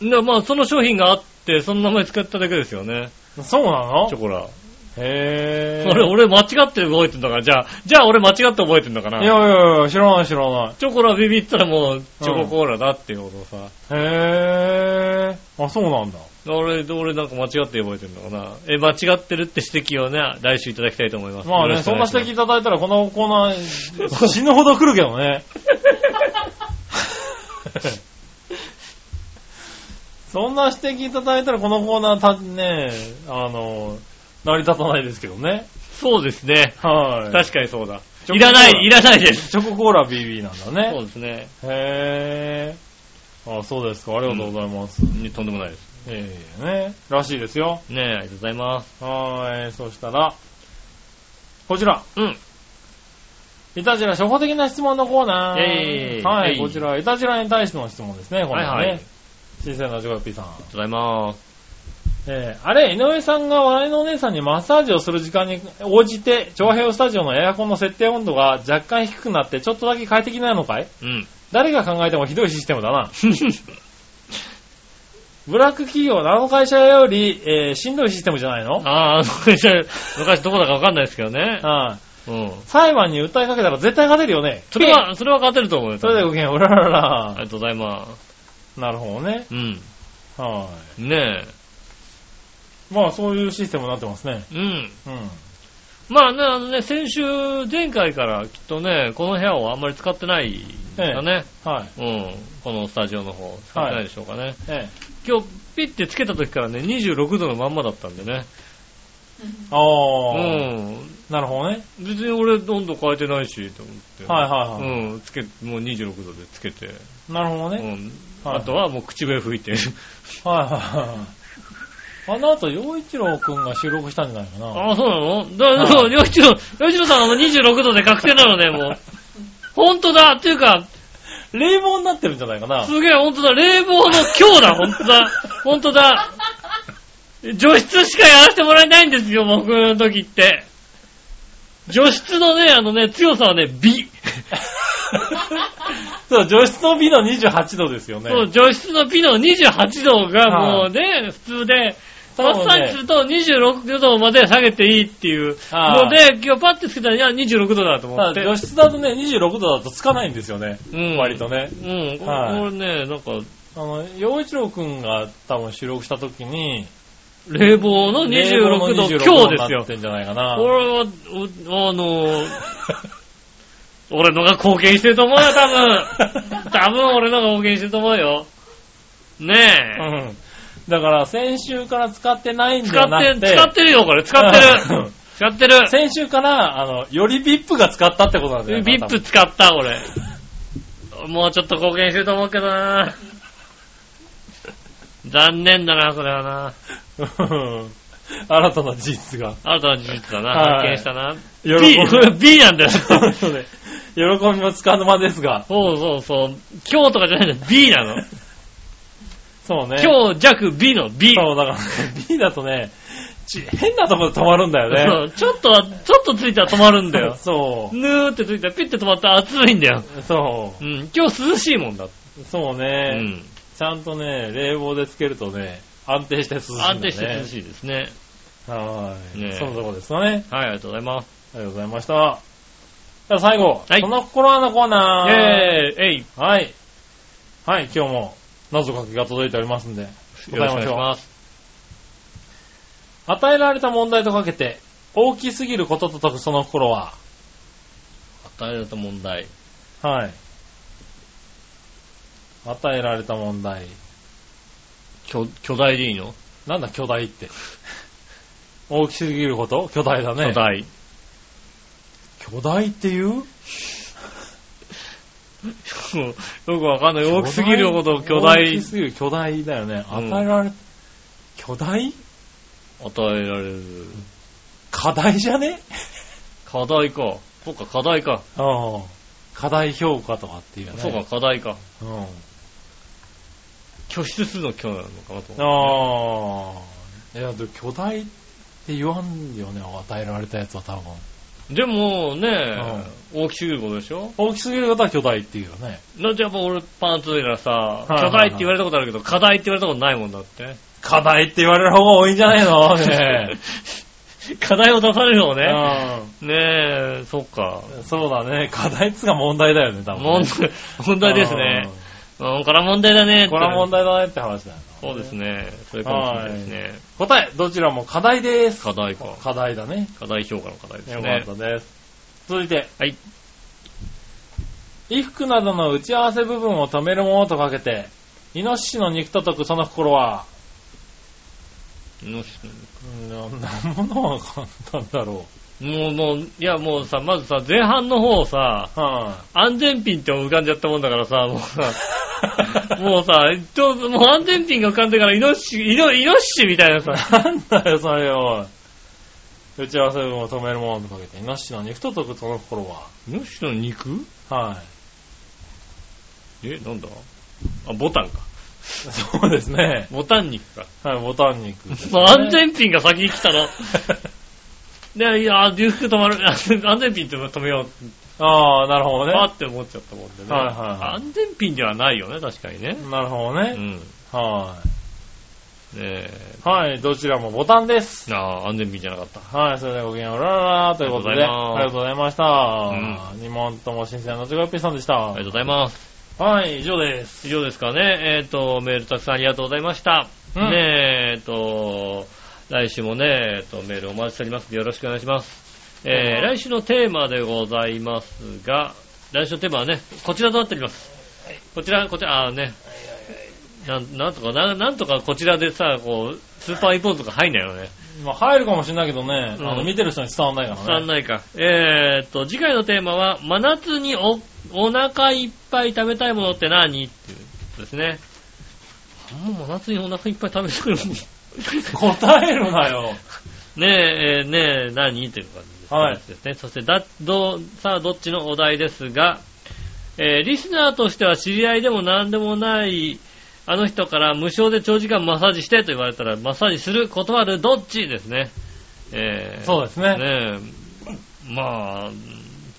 ん。で、まあ、その商品があって、その名前使っただけですよね。そうなのチョコラ。へぇー。俺、俺間違って覚えてんだから、じゃあ、じゃあ俺間違って覚えてんだかいら。やいやいや、知らない知らない。チョコラビビったらもう、チョココーラだっていうことをさ。へぇー。あ、そうなんだ。俺、俺なんか間違って覚えてるのかな。え、間違ってるって指摘をね、来週いただきたいと思います。まあね、そんな指摘いただいたらこのコー *laughs* ナー死ぬほど来るけどね。そんな指摘いただいたらこのコーナーた、ね、あの、成り立たないですけどね。 *laughs* そうですね。はい。確かにそうだ。チョココいらーラない、いらないです。チョココーラ BB なんだそうね。ですね。へぇー。あ、そうですか。ありがとうございます。ねとんでもないです。ええね。らしいですよ。ねえ、ありがとうございます。はーい。そしたら、こちら。うん。いたじら、初歩的な質問のコーナー。イェーイはイェい、イこちら、いたじらに対しての質問ですね、これね。はいはい新鮮なジョコヨッピーさん。ありがとうございます。えー、あれ、井上さんが笑いのお姉さんにマッサージをする時間に応じて、長平スタジオのエアコンの設定温度が若干低くなって、ちょっとだけ快適なのかいうん。 *laughs* 誰が考えてもひどいシステムだな。ブラック企業、あの会社より、えー、しんどいシステムじゃないのああ、昔どこだかわかんないですけどね。うん。うん。裁判に訴えかけたら絶対勝てるよね。それは、それは勝てると思うよ。それでごきげん、うららありら。がとうございまなるほどね。す。うん。はねい。まあ、そういうシステムになってますね。え。うん。うん。まあね、あのね、先週、前回からきっとね、この部屋をあんまり使ってないんですかね。はい。うん。このスタジオの方、使ってないでしょうかね。ええ。今日、ピッてつけた時からね、26度のまんまだったんでね。ああ、うなるほどね。ん。別に俺、温度変えてないし、と思って。はいはいはいうん。つけ、もう26度でつけて。なるほどうね。ん。はいあとはもう口笛吹いて。はいはいはい。あの後、洋一郎くんが収録したんじゃないかな。ああ、そうなのだ、だから、はいよいちろ、よいちろさんはもう26度で確定なのね、 *laughs* もう。本当だっていうか、冷房になってるんじゃないかな。すげえ、本当だ冷房の今日だ本当だ本当だ除湿しかやらせてもらえないんですよ、僕の時って。除湿のね、あのね、強さは *laughs* ね、美。そう、除湿の美の28度ですよね。そう、除湿の美の28度がもうね、普通で、マ多ッ分ねサージすると26度まで下げていいっていうあーので、今日パッてつけたら、いや、26度だと思たっだて。除湿だとね、26度だとつかないんですよね。うん割とね。うん、こはいこれね、なんか、あの、洋一郎くんが多分収録した時に、冷房の26度、今日ですなよっ。てんじゃないかな。俺は、おあのー、俺のが貢献してると思うよ、多 *laughs* 分。多分俺のが貢献してると思うよ。うねん。だから、先週から使ってないんえ。じ使ゃっなてくる、て。使ってるよ、これ。使ってうるん。使ってる。 *laughs* 先週から、あの、よりビップが使ったってことなんだよビップ使った、俺。もうちょっと貢献してると思うけどな残念だな、それはな。 *laughs* 新たな事実が。新たな事実だな。はい発見したな。喜 B、B なんだよ。び、 *laughs* ね、喜びもつかの間ですが。そうそうそう。今日とかじゃないんだよ。B なの。そうね。今日弱 B の B。そう、だから、B だとね、ち変なとこで止まるんだそよね。うちょっとは、ちょっとついたら止まるんだよ。そぬーってついたらピッて止まったら暑いんだよ。う。そうん、今日涼しいもんだって。う。そううね。ん。ちゃんとね、冷房でつけるとね、安定して涼しいんだね。安定して涼しいですね。はい、ねえそのとこですかね。はい、ありがとうございます。ありがとうございました。じゃあ最後、はいその心はのコーイナー。ェーイえいはい。はい、今日も謎かけが届いておりますんで、よろしくお願いします。与えられた問題とかけて、大きすぎることと解くその心は、与えられた問題。はい。与えられた問題。巨巨大でいいの、なんだ、巨 *laughs* 大って。大きすぎること巨大だね。巨。大。巨大って言う *laughs* よくわかんない。大きすぎるほど巨大、大きすぎる巨大だよね。うん与えられ、巨大与えられる。課題じゃね課題か。そっか、課題か。うん。課題評価とかっていうね。そうか、。課題か。うん。拠出するの今日なのかなと思って。ああ。いや、でも巨大って言わんよね、与えられたやつは多分。でもね、大きすぎることでしょ大きすぎることは巨大っていうよね。なんでやっぱ俺パンツでらさ、いはいは巨い大って言われたことあるけど、課題って言われたことないもんだって。 *laughs* 課題って言われる方が多いんじゃないのね課題を出されるのえ。ね。ねえ、そっか。うんそうだね。課題っつうか問題だよね、多分、ね。問題、問題ですね。うん、これは問題だねって。うん。これは問題だねって話だよ。そうですね。それかもしれないですね。答え、どちらも課題です。課題か。課題だね。課題評価の課題ですよかっね。たです。続いて。はい。衣服などの打ち合わせ部分を止めるものとかけて、イノシシの肉と解くその心は、よしうん、何者が簡単だろもう、もう、いや、もうさ、まずさ、前半の方さ、う。は安全ピンって浮かんじゃったもんだからさ、もうさ、 *laughs* もうさ、ちょうどもう安全ピンが浮かんでから、イノシシ、イノイノシシみたいなさ、い。なんだよ、それよ。打ち合わせ部分を止めるものとかけて、イノシシの肉と解くその心は、イノシシの肉はい。え、なんだあ、ボタンか。そうですね。ボタン肉か。はい、ボタン肉、そう安全ピンが先に来た *laughs* の。で、いや、流服止まる、 *laughs* 安全ピンって止めようって、ああ、なるほどパーね。って思っちゃったもんでね。はいはいはい安全ピンではないよね、確かにね。なるほどうね。ん。ねはえ。い。はい、どちらもボタンです。ああ、安全ピンじゃなかった。はい、それではごきげんよう、ラララということで、あありりががととうございました。2問とも新鮮なジョガピーさんでした。ありがとうございます。はい、以上です。以上ですかね。えっ、と、メールたくさんありがとうございました。うねんえ、えっ、と、来週もね、えっ、と、メールお待ちしておりますのでよろしくお願いします。えー、うん来週のテーマでございますが、来週のテーマはね、こちらとなっております。こちら、こちら、あーね。なんなんとかな、なんとかこちらでさ、こう、スーパーインポーズとか入んないよね。まあ、入るかもしれないけどね、うんあの見てる人に伝わんないか伝らわね。んないか。えーっと、次回のテーマは、真夏にお、お腹いっぱい食べたいものって何っていうことですね。もう真夏にお腹いっぱい食べたいもの。答えるなよ。 *laughs* ねえ、えーねえ、何っていう感じですね。はいですね。そして、だ、どう、さあ、どっちのお題ですが、えーリスナーとしては知り合いでも何でもない、あの人から無償で長時間マッサージしてと言われたら、マッサージする、断る、どっちですね。えーそうですね。ねえ、まあ、うん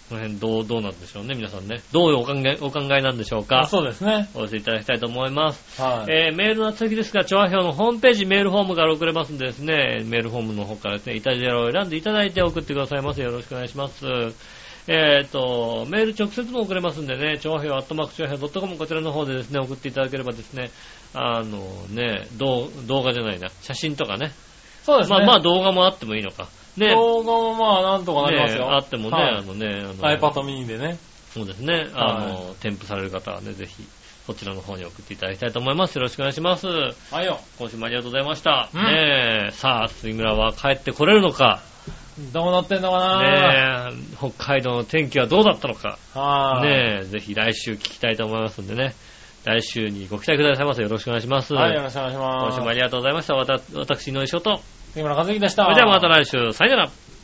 この辺どう、どうなんでしょうね、皆さんね。どういうお考え、お考えなんでしょうあか。そうですね。お寄せいただきたいと思います。はい。えーメールの続きですが、調和表のホームページ、メールフォームから送れますんでですね、メールフォームの方からですね、イタジェラを選んでいただいて送ってくださいます。よろしくお願いします。えっ、と、メール直接も送れますんでね、調和表、アットマーク調和表 .com こちらの方でですね、送っていただければですね、あのね、動動画じゃないな、写真とかね。そうですね。まあまあ動画もあってもいいのか。ね、動画もまあ、なんとかなりますねよ。あってもね、はいあのね、あの iPad mini でね。そうですね、あの、添付される方はね、ぜひ、そちらの方に送っていただきたいと思います。よろしくお願いします。はいよ。今週もありがとうございました。うんねえ、さあ、杉村は帰ってこれるのか、どうなってんのかなねえ、北海道の天気はどうだったのか、はい。ねえ、ぜひ来週聞きたいと思いますんでね、来週にご期待くださいませ。よろしくお願いします。はい、よろしくお願いし今ます。週もありがとうございました。わた私、井上翔と。杉村和樹でした。それではまた来週、さよなら。